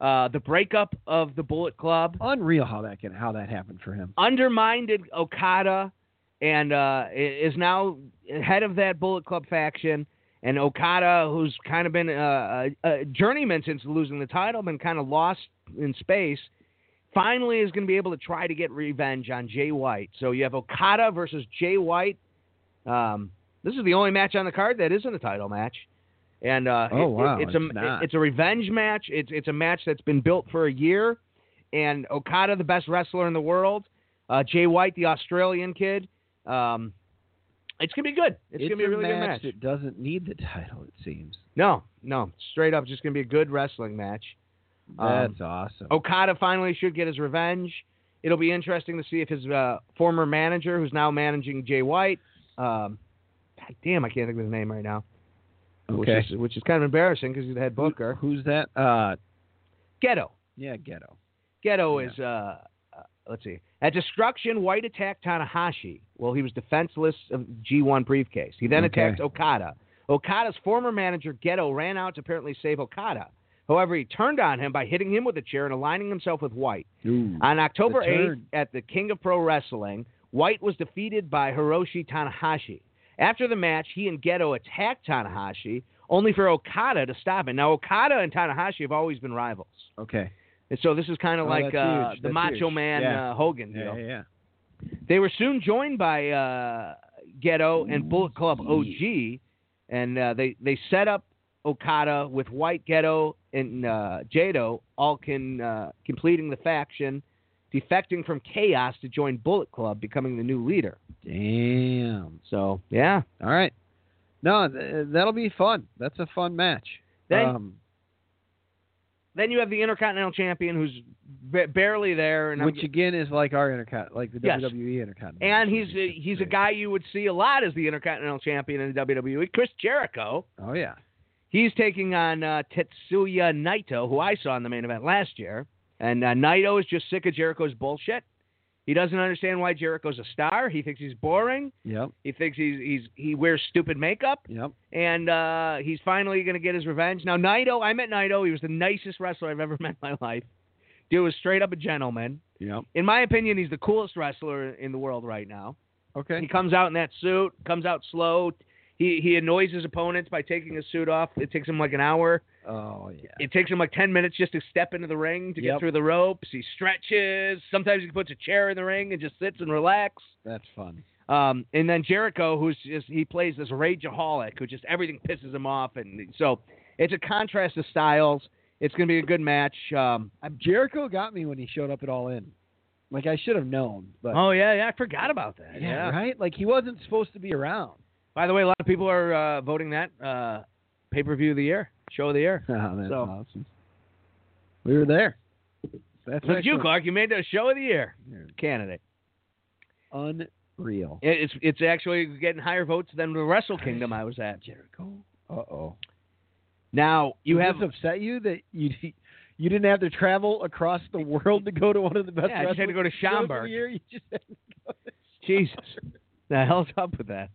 uh, the breakup of the Bullet Club,
Unreal how that can how that happened for him.
undermined Okada, and uh, i- is now head of that Bullet Club faction. And Okada, who's kind of been a, a, a journeyman since losing the title, been kind of lost in space, finally is going to be able to try to get revenge on Jay White. So you have Okada versus Jay White. Um, this is the only match on the card that isn't a title match, and uh,
Oh,
it- it-
wow,
it's a
it's not.
it's a revenge match. It's it's a match that's been built for a year, and Okada, the best wrestler in the world, uh, Jay White, the Australian kid. Um, it's gonna be good. It's, gonna be a really
match
good match.
that doesn't need the title. It seems
No, no, straight up, it's just gonna be a good wrestling match. Um,
that's awesome.
Okada finally should get his revenge. It'll be interesting to see if his uh, former manager, who's now managing Jay White, um, God damn, I can't think of his name right now, which
okay,
is which is kind of embarrassing because he's the head booker.
who's that? Uh,
Ghetto,
yeah, Ghetto.
Ghetto
Yeah.
is. Uh, uh, let's see. At Destruction, White attacked Tanahashi. Well, he was defenseless of G1 briefcase. He then
Okay.
attacked Okada. Okada's former manager Ghetto ran out to apparently save Okada. However, he turned on him by hitting him with a chair and aligning himself with White. On October
The
8th
turd.
at the King of Pro Wrestling, White was defeated by Hiroshi Tanahashi. After the match, he and Ghetto attacked Tanahashi, only for Okada to stop him. Now, Okada and Tanahashi have always been rivals.
Okay.
And so this is kind of
Oh,
like
that's
uh,
huge.
the
That's
Macho
huge.
Man
Yeah.
uh, Hogan
Yeah,
deal.
yeah, yeah.
They were soon joined by uh, Ghetto and Bullet Club OG, and uh, they they set up Okada with White Ghetto and uh, Jado, all can uh, completing the faction, defecting from Chaos to join Bullet Club, becoming the new leader.
Damn.
So yeah,
All right. Uh. No, th- that'll be fun. That's a fun match.
Then-
um,
Then you have the Intercontinental Champion who's ba- barely there, and I'm-
Which again is like our intercon, like the E
Yes.
WWE intercon.
and he's a, he's a guy you would see a lot as the Intercontinental Champion in the WWE. Chris Jericho,
Oh yeah.
he's taking on uh, Tetsuya Naito, who I saw in the main event last year, and uh, Naito is just sick of Jericho's bullshit. He doesn't understand why Jericho's a star. He thinks he's boring.
Yep.
He thinks he's he's he wears stupid makeup.
Yep.
and uh, he's finally going to get his revenge. Now, Naito, I met Naito. He was the nicest wrestler I've ever met in my life. Dude was straight up a gentleman.
Yep.
In my opinion, he's the coolest wrestler in the world right now. He
Okay.
comes out in that suit, comes out slow. He, he annoys his opponents by taking his suit off. It takes him like an hour.
Oh yeah.
It takes him like 10 minutes just to step into the ring to get
Yep.
through the ropes. He stretches. Sometimes he puts a chair in the ring and just sits and relax.
That's fun.
Um, and then Jericho, who's just he plays this rageaholic who just everything pisses him off, and so it's a contrast of styles. It's going to be a good match. Um,
Jericho got me when he showed up at All In. Like I should have known, but
oh yeah, yeah, I forgot about that.
yeah, right. Like he wasn't supposed to be around.
By the way, a lot of people are uh, voting that uh, pay per view of the year, show of the year.
Oh, that's
So-
awesome. We were there. That's
Look at you,
excellent.
Clark. You made the show of the year candidate.
unreal.
It- It's it's actually getting higher votes than the Wrestle Kingdom I was at.
Jericho. Uh oh.
Now you
Does
have
this upset you that you you didn't have to travel across the world to go to one of the best.
Yeah, I just had to go to
wrestling shows of the
Schaumburg.
year? You just had to go to
Jesus.
Schaumburg.
The hell's up with that?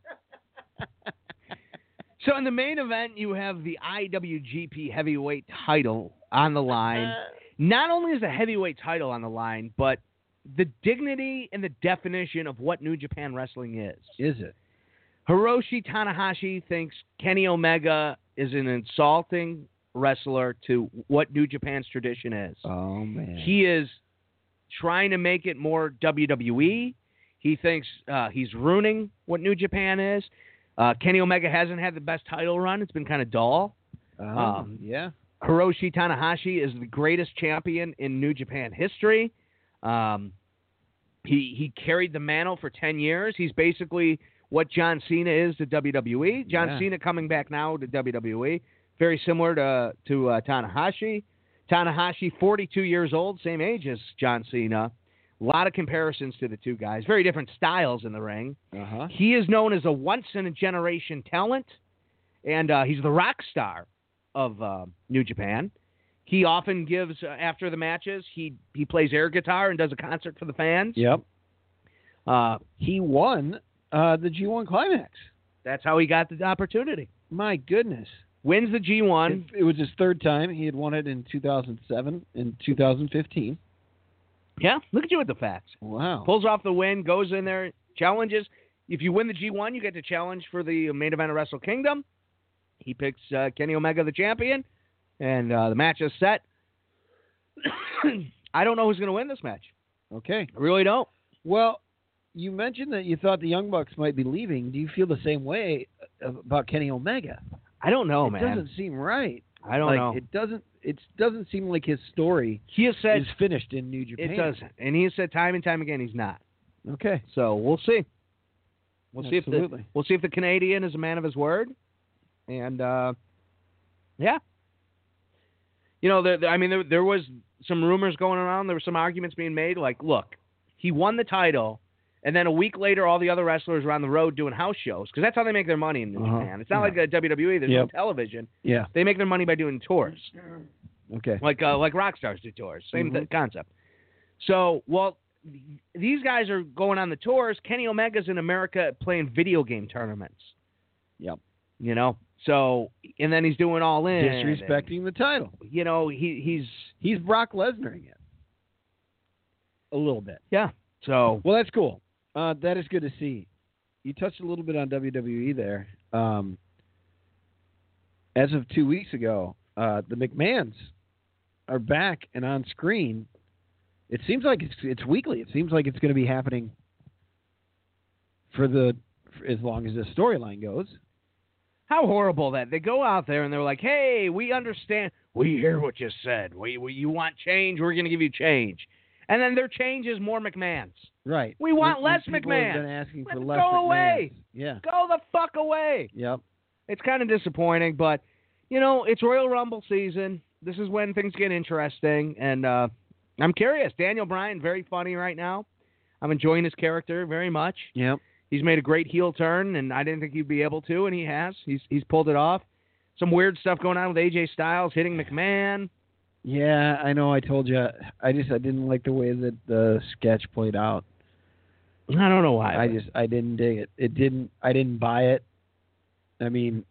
so in the main event, you have the IWGP Heavyweight Title on the line. Not only is the heavyweight title on the line, but the dignity and the definition of what New Japan Wrestling is.
Is it?
Hiroshi Tanahashi thinks Kenny Omega is an insulting wrestler to what New Japan's tradition is.
Oh man.
He is trying to make it more WWE. He thinks uh, he's ruining what New Japan is. Uh, Kenny Omega hasn't had the best title run. It's been kind of dull.
Oh,
um,
yeah.
Hiroshi Tanahashi is the greatest champion in New Japan history. Um, he he carried the mantle for ten years. He's basically what John Cena is to WWE. John
Yeah.
Cena coming back now to WWE, very similar to to uh, Tanahashi. Tanahashi, 42 years old, same age as John Cena. A lot of comparisons to the two guys. Very different styles in the ring.
Uh huh.
He is known as a once in a generation talent, and uh, he's the rock star of uh, New Japan. He often gives uh, after the matches. He he plays air guitar and does a concert for the fans.
Yep.
Uh,
He won uh, the G1 Climax.
that's how he got the opportunity.
My goodness.
Wins the G1.
It, it was his third time. He had won it in 2007 and 2015.
Yeah, look at you with the facts.
Wow.
Pulls off the win, goes in there, challenges. If you win the G1, you get to challenge for the main event of Wrestle Kingdom. He picks uh, Kenny Omega, the champion, and uh, the match is set. I don't know who's going to win this match.
Okay.
I really don't.
Well, you mentioned that you thought the Young Bucks might be leaving. Do you feel the same way about Kenny Omega?
I don't know,
it
Oh, man.
doesn't seem right.
I don't
like,
know.
It doesn't. It doesn't seem like his story
he has said
is finished in New Japan.
it doesn't, and he has said time and time again he's not.
Okay.
So we'll see. We'll see if the
Absolutely.
we'll see if the Canadian is a man of his word, and uh, yeah, you know, there, there- I mean, there, there was some rumors going around. There were some arguments being made. Like, look, he won the title, and then a week later, all the other wrestlers were on the road doing house shows because that's how they make their money in New
Uh-huh.
Japan. It's not like a WWE. There's no
Yep.
television.
Yeah.
They make their money by doing tours
Okay.
like uh, like rock stars do tours. Same
Mhm.
th- concept. So, well, th- these guys are going on the tours. Kenny Omega's in America playing video game tournaments.
Yep.
You know, so and then he's doing all in
Disrespecting the title.
and, you know, he he's
He's Brock Lesnaring it. A little bit.
so
Oh, Well, that's cool. Uh, that is good to see. You touched a little bit on WWE there. Um, as of two weeks ago, uh, the McMahons are back and on screen. It seems like it's it's weekly. It seems like it's going to be happening for the for as long as this storyline goes.
how horrible that they go out there and they're like, hey, we understand, we hear what you said. We, we you want change, we're gonna give you change, and then their change is more McMahon's.
Right.
We want less
Mm-hmm. people have
McMahons.
Been asking for
Let's
less
go away.
McMahons. Yeah.
Go the fuck away.
Yep.
It's kind of disappointing, but you know, it's Royal Rumble season. Th- this is when things get interesting, and uh, I'm curious. Daniel Bryan, very funny right now. I'm enjoying his character very much.
Yep.
He's made a great heel turn, and I didn't think he'd be able to, and he has. He's he's pulled it off. Some weird stuff going on with AJ Styles hitting McMahon.
Yeah, I know. I told you. I just I didn't like the way that the sketch played out.
I don't know why.
I just I didn't dig it. It didn't. I didn't buy it. I mean,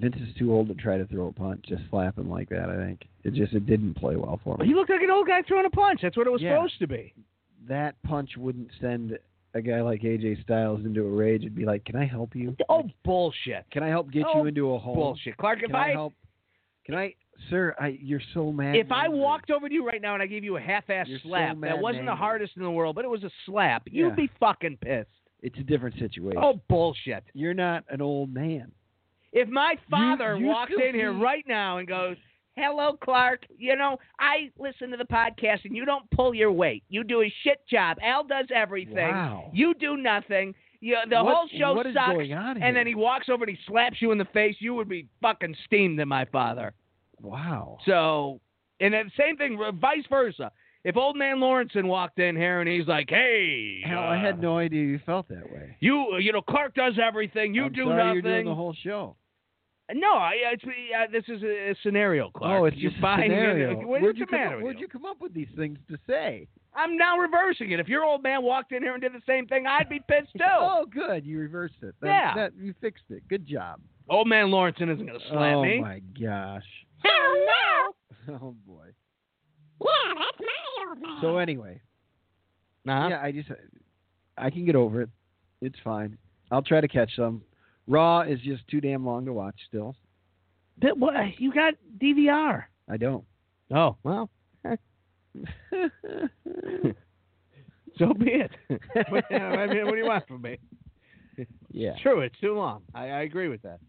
Vince is too old to try to throw a punch, just slap him like that. I think it just it didn't play well for
he
me.
looked like an old guy throwing a punch. That's what it was
Yeah.
supposed to be.
That punch wouldn't send a guy like AJ Styles into a rage. It'd be like, can I help you?
Oh bullshit!
Can I help get
Oh,
you into a hole?
Bullshit, Clark. If
Can I,
I,
help? Can I, sir? I you're so mad.
if I
and angry.
walked over to you right now and I gave you a half-ass
You're so
slap,
mad
that
and
wasn't the
angry.
hardest in the world, but it was a slap.
Yeah.
You'd be fucking pissed.
it's a different situation.
Oh bullshit!
You're not an old man.
If my father
you
walks
still
in here
see-
right now and goes, "Hello, Clark. You know, I listen to the podcast, and you don't pull your weight. You do a shit job. Al does everything.
Wow.
You do nothing. You, the
What-
whole show
what is
sucks."
going on here?
and then he walks over and he slaps you in the face. You would be fucking steamed than my father.
Wow.
So, and then same thing, vice versa. If old man Lawrenson walked in here and he's like, "Hey,
Hell,
uh,
I had no idea you felt that way.
you, you know, Clark does everything. You
I'm
do
sorry
nothing.
You're doing the whole show.
No, I, it's, uh, this is a, a scenario, Clark.
oh, it's
you
just
find-
a scenario.
What
where'd
is
you
the
come
matter
up,
with
Where'd you come up with these things to say?
I'm now reversing it. If your old man walked in here and did the same thing, I'd be pissed too.
Oh, good. You reversed it. That,
Yeah.
That, you fixed it. Good job.
Old man Lawrenson isn't going to slap
oh
me.
my gosh.
Hell no!
Oh boy.
Yeah, that's my old man.
So anyway,
Nah.
yeah, I just I can get over it. It's fine. I'll try to catch some. Raw is just too damn long to watch. Still,
That- what, you got DVR.
I don't.
Oh, well, so be it. What- I mean, what do you want from me?
yeah.
True, it's too long. I, I agree with that.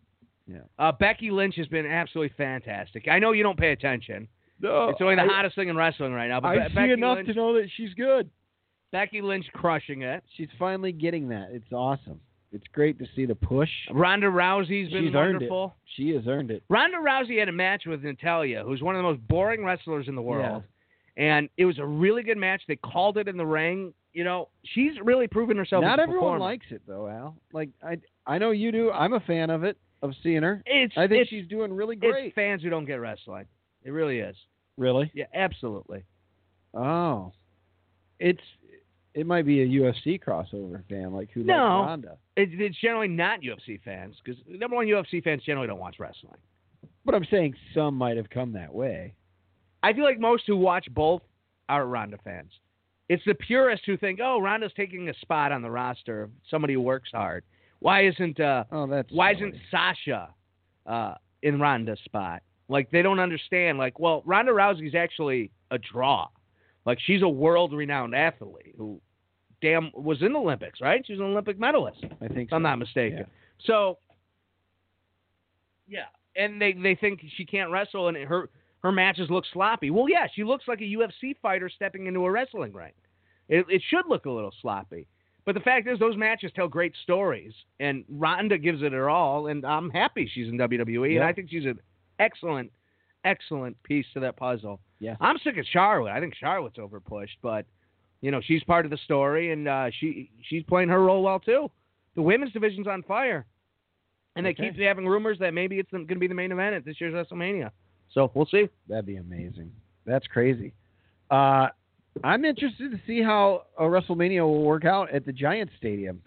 Yeah.
Uh, Becky Lynch has been absolutely fantastic. I know you don't pay attention.
No.
it's only the hottest thing in wrestling right now. But
Oh, I
Be-
see
Becky
enough
Lynch,
to know that she's good.
Becky Lynch crushing it.
She's finally getting that. It's awesome. It's great to see the push.
Ronda Rousey's been
She's earned it.
wonderful.
She has earned it.
Ronda Rousey had a match with Natalia, who's one of the most boring wrestlers in the world. And it was a really good match. They called it in the ring. You know, she's really proven herself.
Not
as a
everyone
performer.
likes it though, Al. Like I, I know you do. I'm a fan of it. Of seeing her.
It's
I think
it's,
she's doing really
it's
great.
fans who don't get wrestling. It really is.
Really?
Yeah, absolutely.
Oh, it's it might be a UFC crossover fan like who
No.
likes Ronda.
It, it's generally not UFC fans because number one, UFC fans generally don't watch wrestling.
But I'm saying some might have come that way.
I feel like most who watch both are Ronda fans. It's the purists who think, oh, Ronda's taking a spot on the roster of somebody who works hard. Why isn't uh,
Oh, that's
why
silly.
isn't Sasha uh, in Ronda's spot? Like they don't understand. Like, well, Ronda Rousey's actually a draw. Like she's a world-renowned athlete who, damn, was in the Olympics, right? She was an Olympic medalist, if
I think
I'm
so.
not mistaken. So, yeah, and they they think she can't wrestle, and her her matches look sloppy. Well, yeah, she looks like a UFC fighter stepping into a wrestling ring. It, it should look a little sloppy, but the fact is, those matches tell great stories, and Ronda gives it her all. And I'm happy she's in WWE, and
Yeah.
I think she's an excellent, excellent piece to that puzzle.
Yeah.
I'm sick of Charlotte. I think Charlotte's overpushed, but you know she's part of the story, and uh, she she's playing her role well too. The women's division's on fire, and
Okay.
they keep having rumors that maybe it's going to be the main event at this year's WrestleMania. So we'll see.
That'd be amazing. That's crazy. Uh, I'm interested to see how a WrestleMania will work out at the Giant Stadium.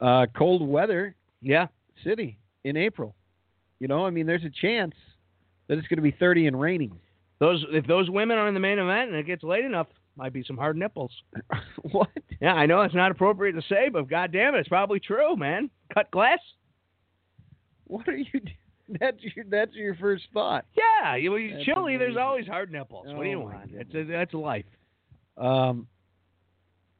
uh, cold weather
Yeah,
city in April. You know, I mean, there's a chance that it's going to be 30 and raining.
those if those women are in the main event and it gets late enough, might be some hard nipples.
what?
Yeah, I know it's not appropriate to say, but goddamn it, it's probably true, man. Cut glass.
What are you? do- That's your that's your first thought.
Yeah, you, you
That's
chili. There's
amazing.
always hard nipples. what do you
Oh, my
want?
goodness.
It's a, that's life.
Um,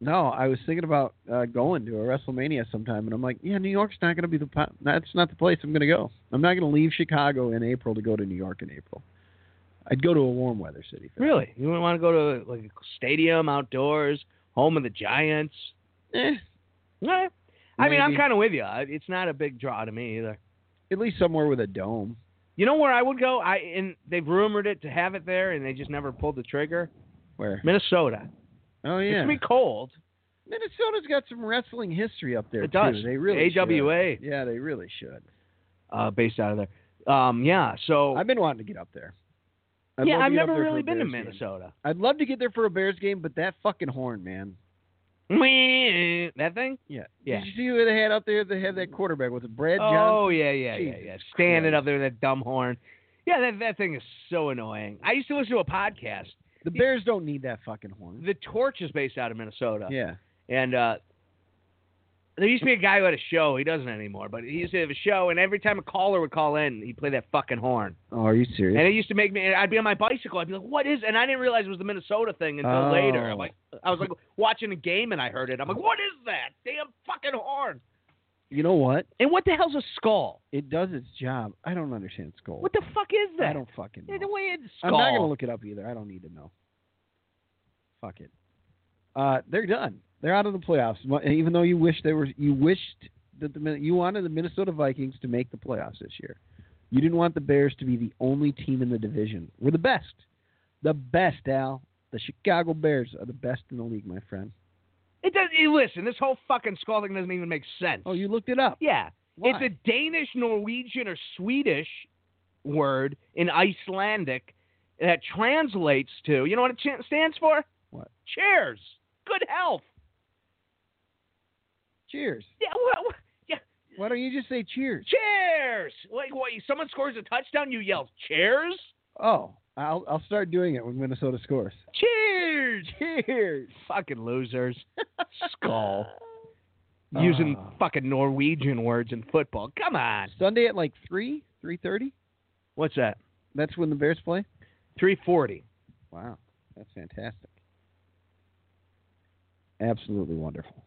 no, I was thinking about uh, going to a WrestleMania sometime, and I'm like, yeah, New York's not going to be the po- that's not the place I'm going to go. I'm not going to leave Chicago in April to go to New York in April. I'd go to a warm weather city. for that.
Really, you wouldn't want to go to like a stadium outdoors, home of the Giants.
Eh,
Yeah. I mean, I'm
Maybe.
kind of with you. I- It's not a big draw to me either.
at least somewhere with a dome.
You know where I would go? I and they've rumored it to have it there, and they just never pulled the trigger.
Where?
Minnesota.
Oh
It's
yeah.
gonna be cold.
Minnesota's got some wrestling history up there
It
too.
does.
They really should.
AWA
Yeah, they really should.
uh, based out of there. Um, yeah. So
I've been wanting to get up there. I'd
yeah,
love to
I've
get up
never
there for
really
a
been to
Bears game.
Minnesota.
I'd love to get there for a Bears game, but that fucking horn, man.
That thing?
Yeah.
Yeah.
Did you see who they had out there? They had that quarterback with it, Brad Johnson.
Oh yeah, yeah, yeah,
Jesus
yeah. Standing
Christ.
up there, with that dumb horn. Yeah, that that thing is so annoying. I used to listen to a podcast.
The Bears don't need that fucking horn.
The Torch is based out of Minnesota.
Yeah.
And uh, there used to be a guy who had a show. He doesn't anymore, but he used to have a show. And every time a caller would call in, he'd play that fucking horn.
Oh, are you serious?
And it used to make me. and I'd be on my bicycle. I'd be like, "What is?" And I didn't realize it was the Minnesota thing until
Oh.
later. I'm like, I was like watching a game and I heard it. I'm like, "What is that damn fucking horn?"
you know what?
And what the hell's a skull?
It does its job. I don't understand its goal.
What the fuck is that?
I don't fucking know.
Yeah, the way it's
I'm
skull.
not gonna look it up either. I don't need to know. Fuck it. Uh, they're done. They're out of the playoffs. Mo- Even though you wish they were, you wished that the Min- you wanted the Minnesota Vikings to make the playoffs this year. You didn't want the Bears to be the only team in the division. We're the best. The best, Al. The Chicago Bears are the best in the league, my friend.
It does. You listen, this whole fucking skull thing doesn't even make sense.
Oh, you looked it up.
yeah,
Why?
it's a Danish, Norwegian, or Swedish word in Icelandic that translates to. You know what it ch- stands for?
What?
Cheers. Good health.
Cheers.
Yeah. wha- wha- yeah.
Why don't you just say cheers?
Cheers. Like, what? Someone scores a touchdown, you yell cheers.
Oh, I'll I'll start doing it when Minnesota scores.
Cheers.
Cheers.
Fucking losers. Skull. Using
Ah.
fucking Norwegian words in football. Come on.
Sunday at like three, three thirty.
What's that?
That's when the Bears play.
340.
Wow, that's fantastic. Absolutely wonderful.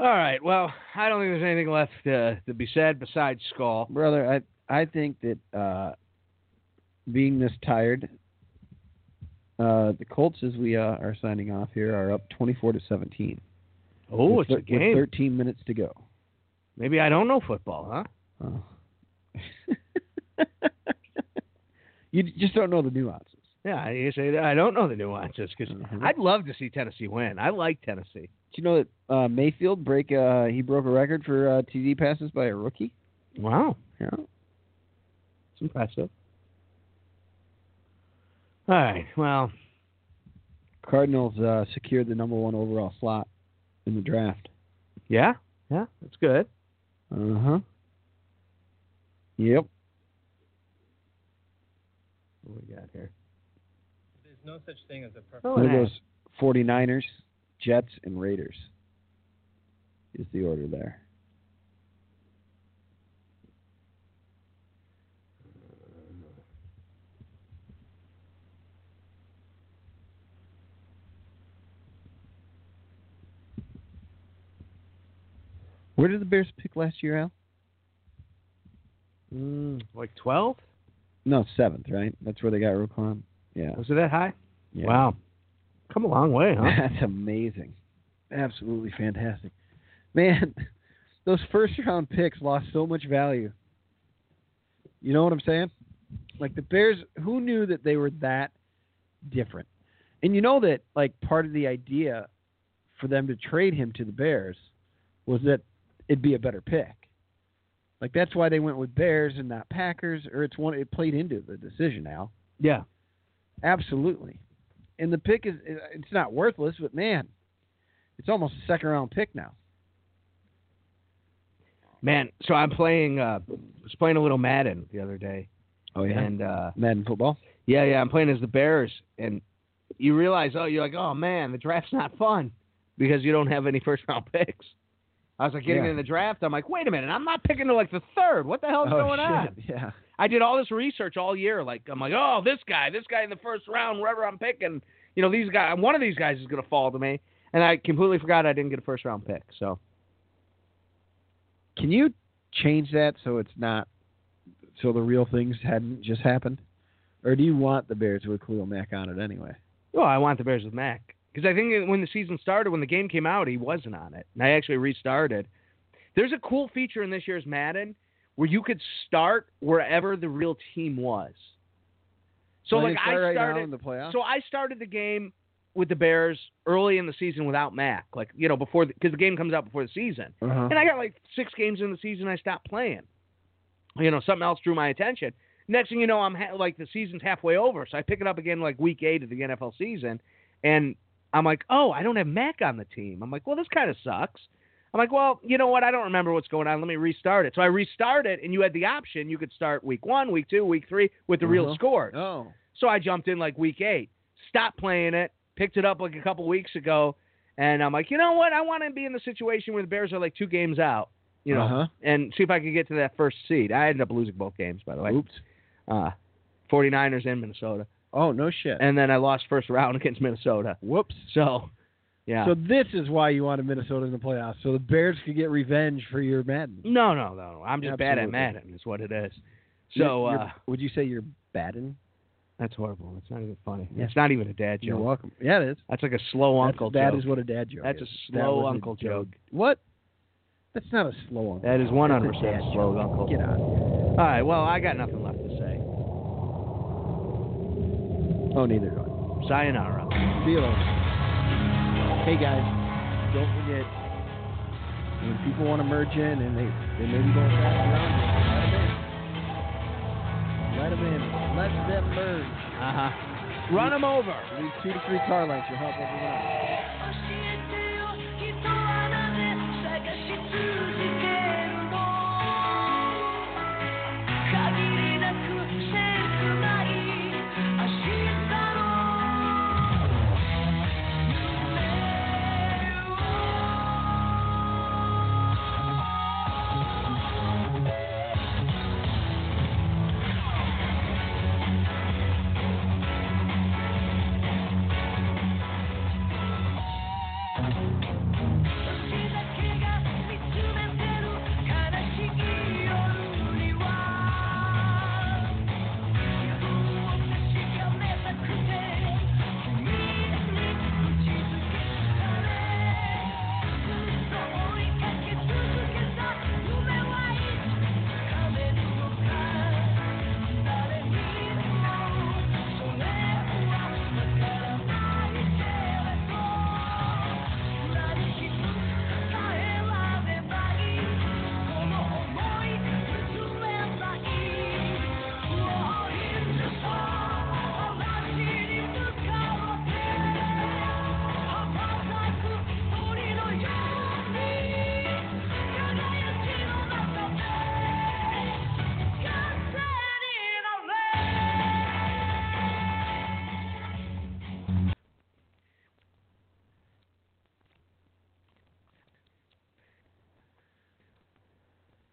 All right. Well, I don't think there's anything left to, to be said besides Skull.
Brother, I I think that uh, being this tired, uh, the Colts as we uh, are signing off here are up 24 to 17.
Oh,
with
it's a
thir- with
game.
13 minutes to go.
Maybe I don't know football, huh?
Oh. you just don't know the nuances.
Yeah, you say that. I don't know the nuances because
Mhm.
I'd love to see Tennessee win. I like Tennessee.
Do you know that uh, Mayfield break? Uh, he broke a record for uh, TD passes by a rookie.
Wow,
Yeah.
it's impressive. All right. Well,
Cardinals uh, secured the number one overall slot in the draft.
yeah, yeah, that's good.
Uh huh. Yep.
What we got here?
There's no such thing as a perfect.
Oh,
There
and
goes 49ers, Jets, and Raiders. Is the order there? Where did the Bears pick last year, Al?
that. Mm, like twelve?
No, seventh, right? That's where they got Roquan. Yeah.
Was it that high?
yeah.
Wow, come a long way, huh?
That's amazing. Absolutely fantastic. Man, those first round picks lost so much value. You know what I'm saying? Like the Bears, who knew that they were that different? And you know that like part of the idea for them to trade him to the Bears was that it'd be a better pick. Like that's why they went with Bears and not Packers, or it's one it played into the decision, Al.
yeah.
Absolutely. And the pick is it's not worthless, but man, it's almost a second round pick now.
Man, so I'm playing uh was playing a little Madden the other day.
Oh
And uh
Madden football.
yeah, yeah, I'm playing as the Bears and you realize, oh, you're like, oh man, the draft's not fun because you don't have any first round picks. I was like getting
Yeah.
in the draft, I'm like, wait a minute, I'm not picking to like the third. What the hell's
Oh,
going on?
Yeah.
I did all this research all year, like I'm like, oh, this guy, this guy in the first round, wherever I'm picking, you know, these guys one of these guys is gonna fall to me. And I completely forgot I didn't get a first round pick. So
Can you change that so it's not so the real things hadn't just happened? Or do you want the Bears with Khalil Mack on it anyway?
Well, I want the Bears with Mac because I think that when the season started, when the game came out, he wasn't on it, and I actually restarted. There's a cool feature in this year's Madden where you could start wherever the real team was. So
Well, they
like
play
I
right now
started
in the playoffs.
so I started the game with the Bears early in the season without Mac, like you know before because the game comes out before the season.
Uh-huh.
And I got like six games in the season, I stopped playing. You know, something else drew my attention. Next thing you know, I'm ha- like the season's halfway over, so I pick it up again like week eight of the NFL season, and I'm like, oh, I don't have Mac on the team. I'm like, well, this kind of sucks. I'm like, well, you know what? I don't remember what's going on. Let me restart it. So I restart it, and you had the option. You could start week one, week two, week three with the real
Uh-huh.
scores.
Oh,
So I jumped in like week eight, stopped playing it, picked it up like a couple weeks ago, and I'm like, you know what? I want to be in the situation where the Bears are like two games out, you know,
Uh-huh.
and see if I could get to that first seed. I ended up losing both games, by the way.
Oops.
Uh, 49ers in Minnesota,
Oh no shit.
and then I lost first round against Minnesota.
Whoops.
So, yeah.
So this is why you wanted Minnesota in the playoffs, so the Bears could get revenge for your Madden.
no, no, no. I'm just bad at
Absolutely.
Madden. Is what it is. So
You're-
uh,
you're- would you say you're Madden?
that's horrible. It's not even funny.
Yeah.
It's not even a dad
You're
joke.
welcome. Yeah, it is.
That's like a slow
That's-
uncle
That
joke.
is what a dad joke.
That's a
is. That
slow
was a
uncle joke.
What? That's not a slow uncle.
That is
joke.
100%
That's a dad
slow
joke.
uncle.
Get out. of here.
All right. Well, I got nothing left to say.
Oh, neither do I.
Sayonara.
See you later. Hey guys, don't forget when people want to merge in and they they maybe go fast around you, let them in. Let them in. Let them merge.
Uh huh. Run them over.
Leave two to three car lengths. You'll help everyone out.
Ocean.